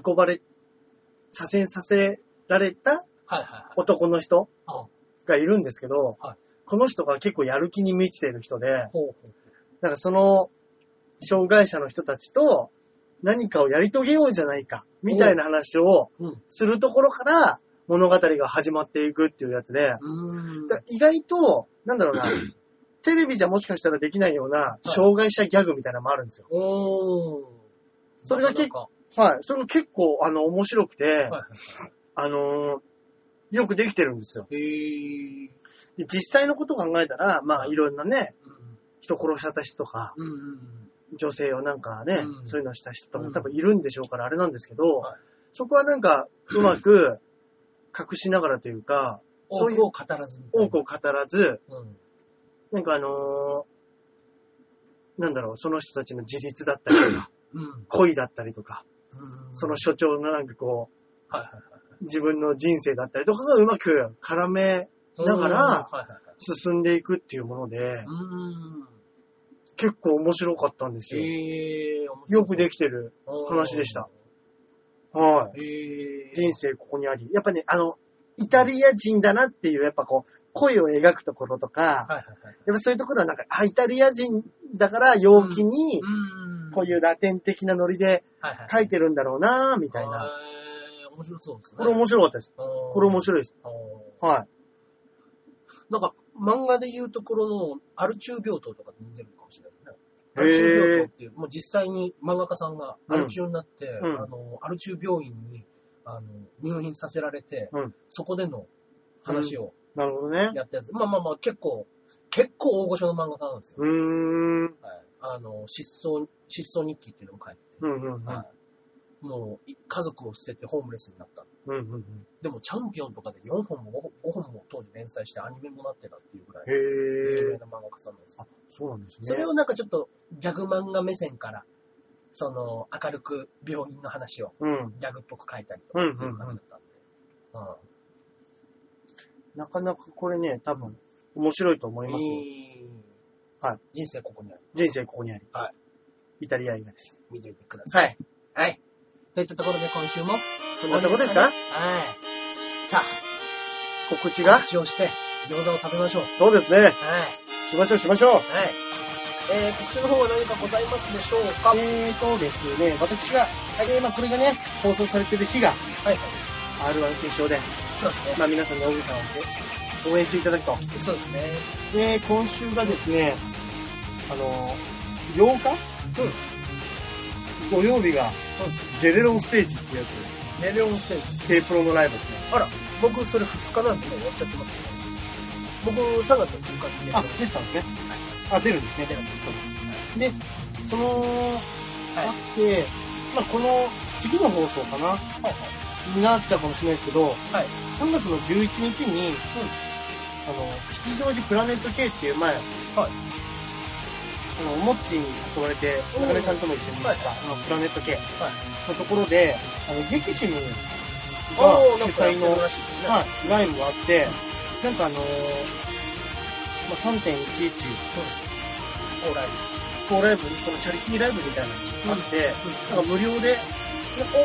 S1: 運ばれ、左遷させられた
S2: はいはいはい。
S1: 男の人
S2: あ
S1: がいるんですけど、
S2: はい
S1: この人が結構やる気に満ちている人で、
S2: ほうほう。
S1: なんかその、障害者の人たちと何かをやり遂げようじゃないか、みたいな話を
S2: うん
S1: するところから物語が始まっていくっていうやつで、
S2: うーん。
S1: だ意外と、なんだろう な、テレビじゃもしかしたらできないような障害者ギャグみたいなのもあるんですよ。
S2: おー。
S1: それが結
S2: 構。は
S1: はい。それも結構、あの、面白くて
S2: い、はいは
S1: あのーよくできてるんですよ。
S2: い。へえ。
S1: で実際のことを考えたら、まあ、いろんなね、
S2: うん
S1: 人殺しちゃった人とか、
S2: うんうん
S1: 女性をなんかね、
S2: うん
S1: そういうのした人と
S2: う
S1: か
S2: ん
S1: 多分いるんでしょうから、あれなんですけど、
S2: はい
S1: そこはなんか、うまく隠しながらというか、
S2: 多
S1: そういう
S2: くを語らずみたいな。
S1: 多くを語らず、
S2: うん。
S1: なんかあのーなんだろう、その人たちの自立だったり とか、
S2: うん。
S1: 恋だったりとか、
S2: うん。
S1: その所長のなんかこ
S2: はいはいは
S1: う、自分の人生だったりとかがうまく絡め
S2: い。
S1: だから
S2: はいはいはい。
S1: 進んでいくっていうもので
S2: う、ーん。
S1: 結構面白かったんですよ。
S2: ええ、面白い
S1: よくできてる。話でした。はい。
S2: ええ。
S1: 人生ここにあり。やっぱね、あの、イタリア人だなっていう、やっぱこう、恋を描くところとか、
S2: はいはいはい。
S1: やっぱそういうところはなんか、あ、イタリア人だから陽気に、
S2: うん
S1: こういうラテン的なノリで
S2: はいはい。
S1: 書いてるんだろうなみたいな。
S2: えー面白そうですね。
S1: これ面白かったです。こ
S2: こ
S1: れ面白いです。は
S2: なんか、漫画で言うところの、アルチュー病棟とかと似てるかもしれないですね。
S1: へー
S2: アルチュー病棟っていう、もう実際に漫画家さんがアルチューになって、
S1: うん
S2: あの、アルチュー病院に、あの、入院させられて、
S1: うん
S2: そこでの話を
S1: い。なるほどね。
S2: やったやつ。まあまあまあ、結構、結構大御所の漫画家なんですよ。
S1: うーん。
S2: はい。あの、失踪、失踪日記っていうのを書いてて、
S1: うんうんうん。
S2: はい。もう、い家族を捨ててホームレスになった。
S1: うんうんうん
S2: でも、チャンピオンとかで4本も5本も当時連載してアニメもなってたっていうぐらい、有
S1: へ
S2: 名
S1: ー。
S2: な漫画家さんなんですよ。
S1: そうなんですね。
S2: それをなんかちょっと、ギャグ漫画目線から、その、明るく病院の話を
S1: うん。
S2: ギャグっぽく書いたりとかっていう感じだったんで。う
S1: なかなかこれね、多分、面白いと思い
S2: ん。
S1: ますよ。
S2: えー
S1: はい。
S2: 人生ここにある。
S1: 人生ここにあり。
S2: は
S1: イタリア映画です。
S2: 見といてください。
S1: はい。
S2: はい。といったところで今週も、
S1: こんなとこですか
S2: ねはい。さあ、
S1: 告知が
S2: 告知をして、餃子を食べましょう。
S1: そうですね。
S2: はい。
S1: しましょう、しましょう。
S2: はい。えー、告知の方は何かございますでしょうかはい
S1: えーとですね、私が、えーまあこれがね、放送されてる日が、
S2: はい。
S1: R1 決勝で、
S2: そうですね。
S1: まあ皆さんに小木さんをね応援していただくと。
S2: そうですね。
S1: で、今週がですね、あのー、 8日土曜日が、ゲレロンステージってやつ、
S2: レレオンステージ。
S1: K プロのライブですね。
S2: あら、僕それ2日なんてもうやっちゃってますね。僕3月の2日に
S1: あ、出てたんですね。あ、出るんですね。出るんです。で、その、あって、まあこの次の放送かな、になっちゃうかもしれないですけど、
S2: はい
S1: 3月の11日に、あの、吉祥寺プラネット K っていう前、あの、モッチーに誘われて、
S2: おー
S1: 中根さんとも一緒に行った、あの、プラネット K のところで、あの、激しむが
S2: おー
S1: 主
S2: なんかや
S1: 催
S2: って
S1: の、
S2: るらしいですね
S1: はい、ライブがあって、なんかあのーまあ、3.11、
S2: オーライ
S1: こうライブに、そのチャリティーライブみたいなのがあって、なんか無料で、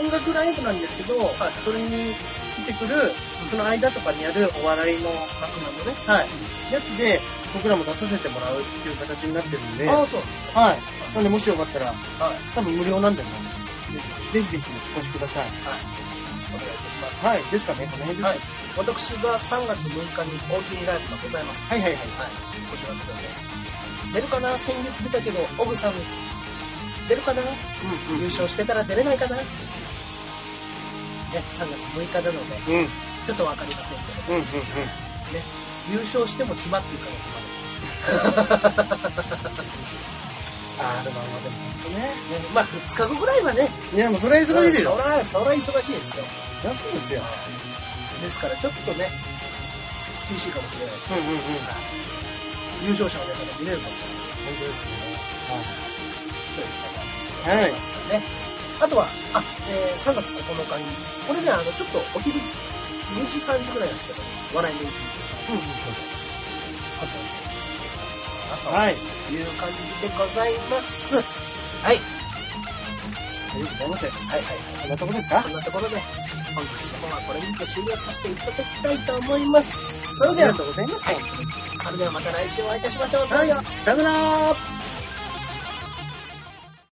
S1: 音楽ライブなんですけど、それに出てくる、その間とかにやるお笑いの、
S2: 楽なのね。
S1: はい、やつで、僕らも出させてもらうっていう形になってるんで、
S2: あ
S1: は
S2: あ、そうなんです
S1: い。なんで、もしよかったら、
S2: か。はい。
S1: 多分無料なんだけど、ぜひぜひお越しください。
S2: はい。お願いいたします。
S1: はい。ですかね、この辺です。
S2: はい。私が3月6日に大きいライブがございます。
S1: はいはいはい。
S2: はい。こちらの方で。出るかな先月出たけど、オブさん、出るかな
S1: うん
S2: 優勝してたら出れないかなね、3月6日なの
S1: う
S2: で、
S1: ん。うん、うん、
S2: ちょっとわかりませんけど、ね、
S1: うん、うん。
S2: 優勝しても暇っていう 可能性もある。
S1: あー、でも、まあでも、ほんとね。
S2: ねまあ、2日後ぐらいはね、
S1: いや、もうそれは忙しいでし
S2: そ
S1: ょ。
S2: ら、そら忙しいですよ。
S1: 安いですよ。
S2: ですから、ちょっとね、厳しいかもしれないです。
S1: うん、うん、うん。
S2: 優勝者の方が見れるかもしれない。
S1: 本当ですね。はい。
S2: ということがありますからね。あとは、あ、えー3月9日に、これね、あの、ちょっとお昼、2時、3時ぐらいなんですけど、笑いの泉
S1: うんうんうん
S2: こちら
S1: はい。
S2: という感じでございます。はい。
S1: ありがとうございます。
S2: はいはいはい。
S1: こんなとこですか
S2: こんなところで、本日の方はこれにて終了させていただきたいと思います。それでは、
S1: ありがとうございました
S2: はいそれではまた来週お会いいたしましょう。どうよ。
S1: さよなら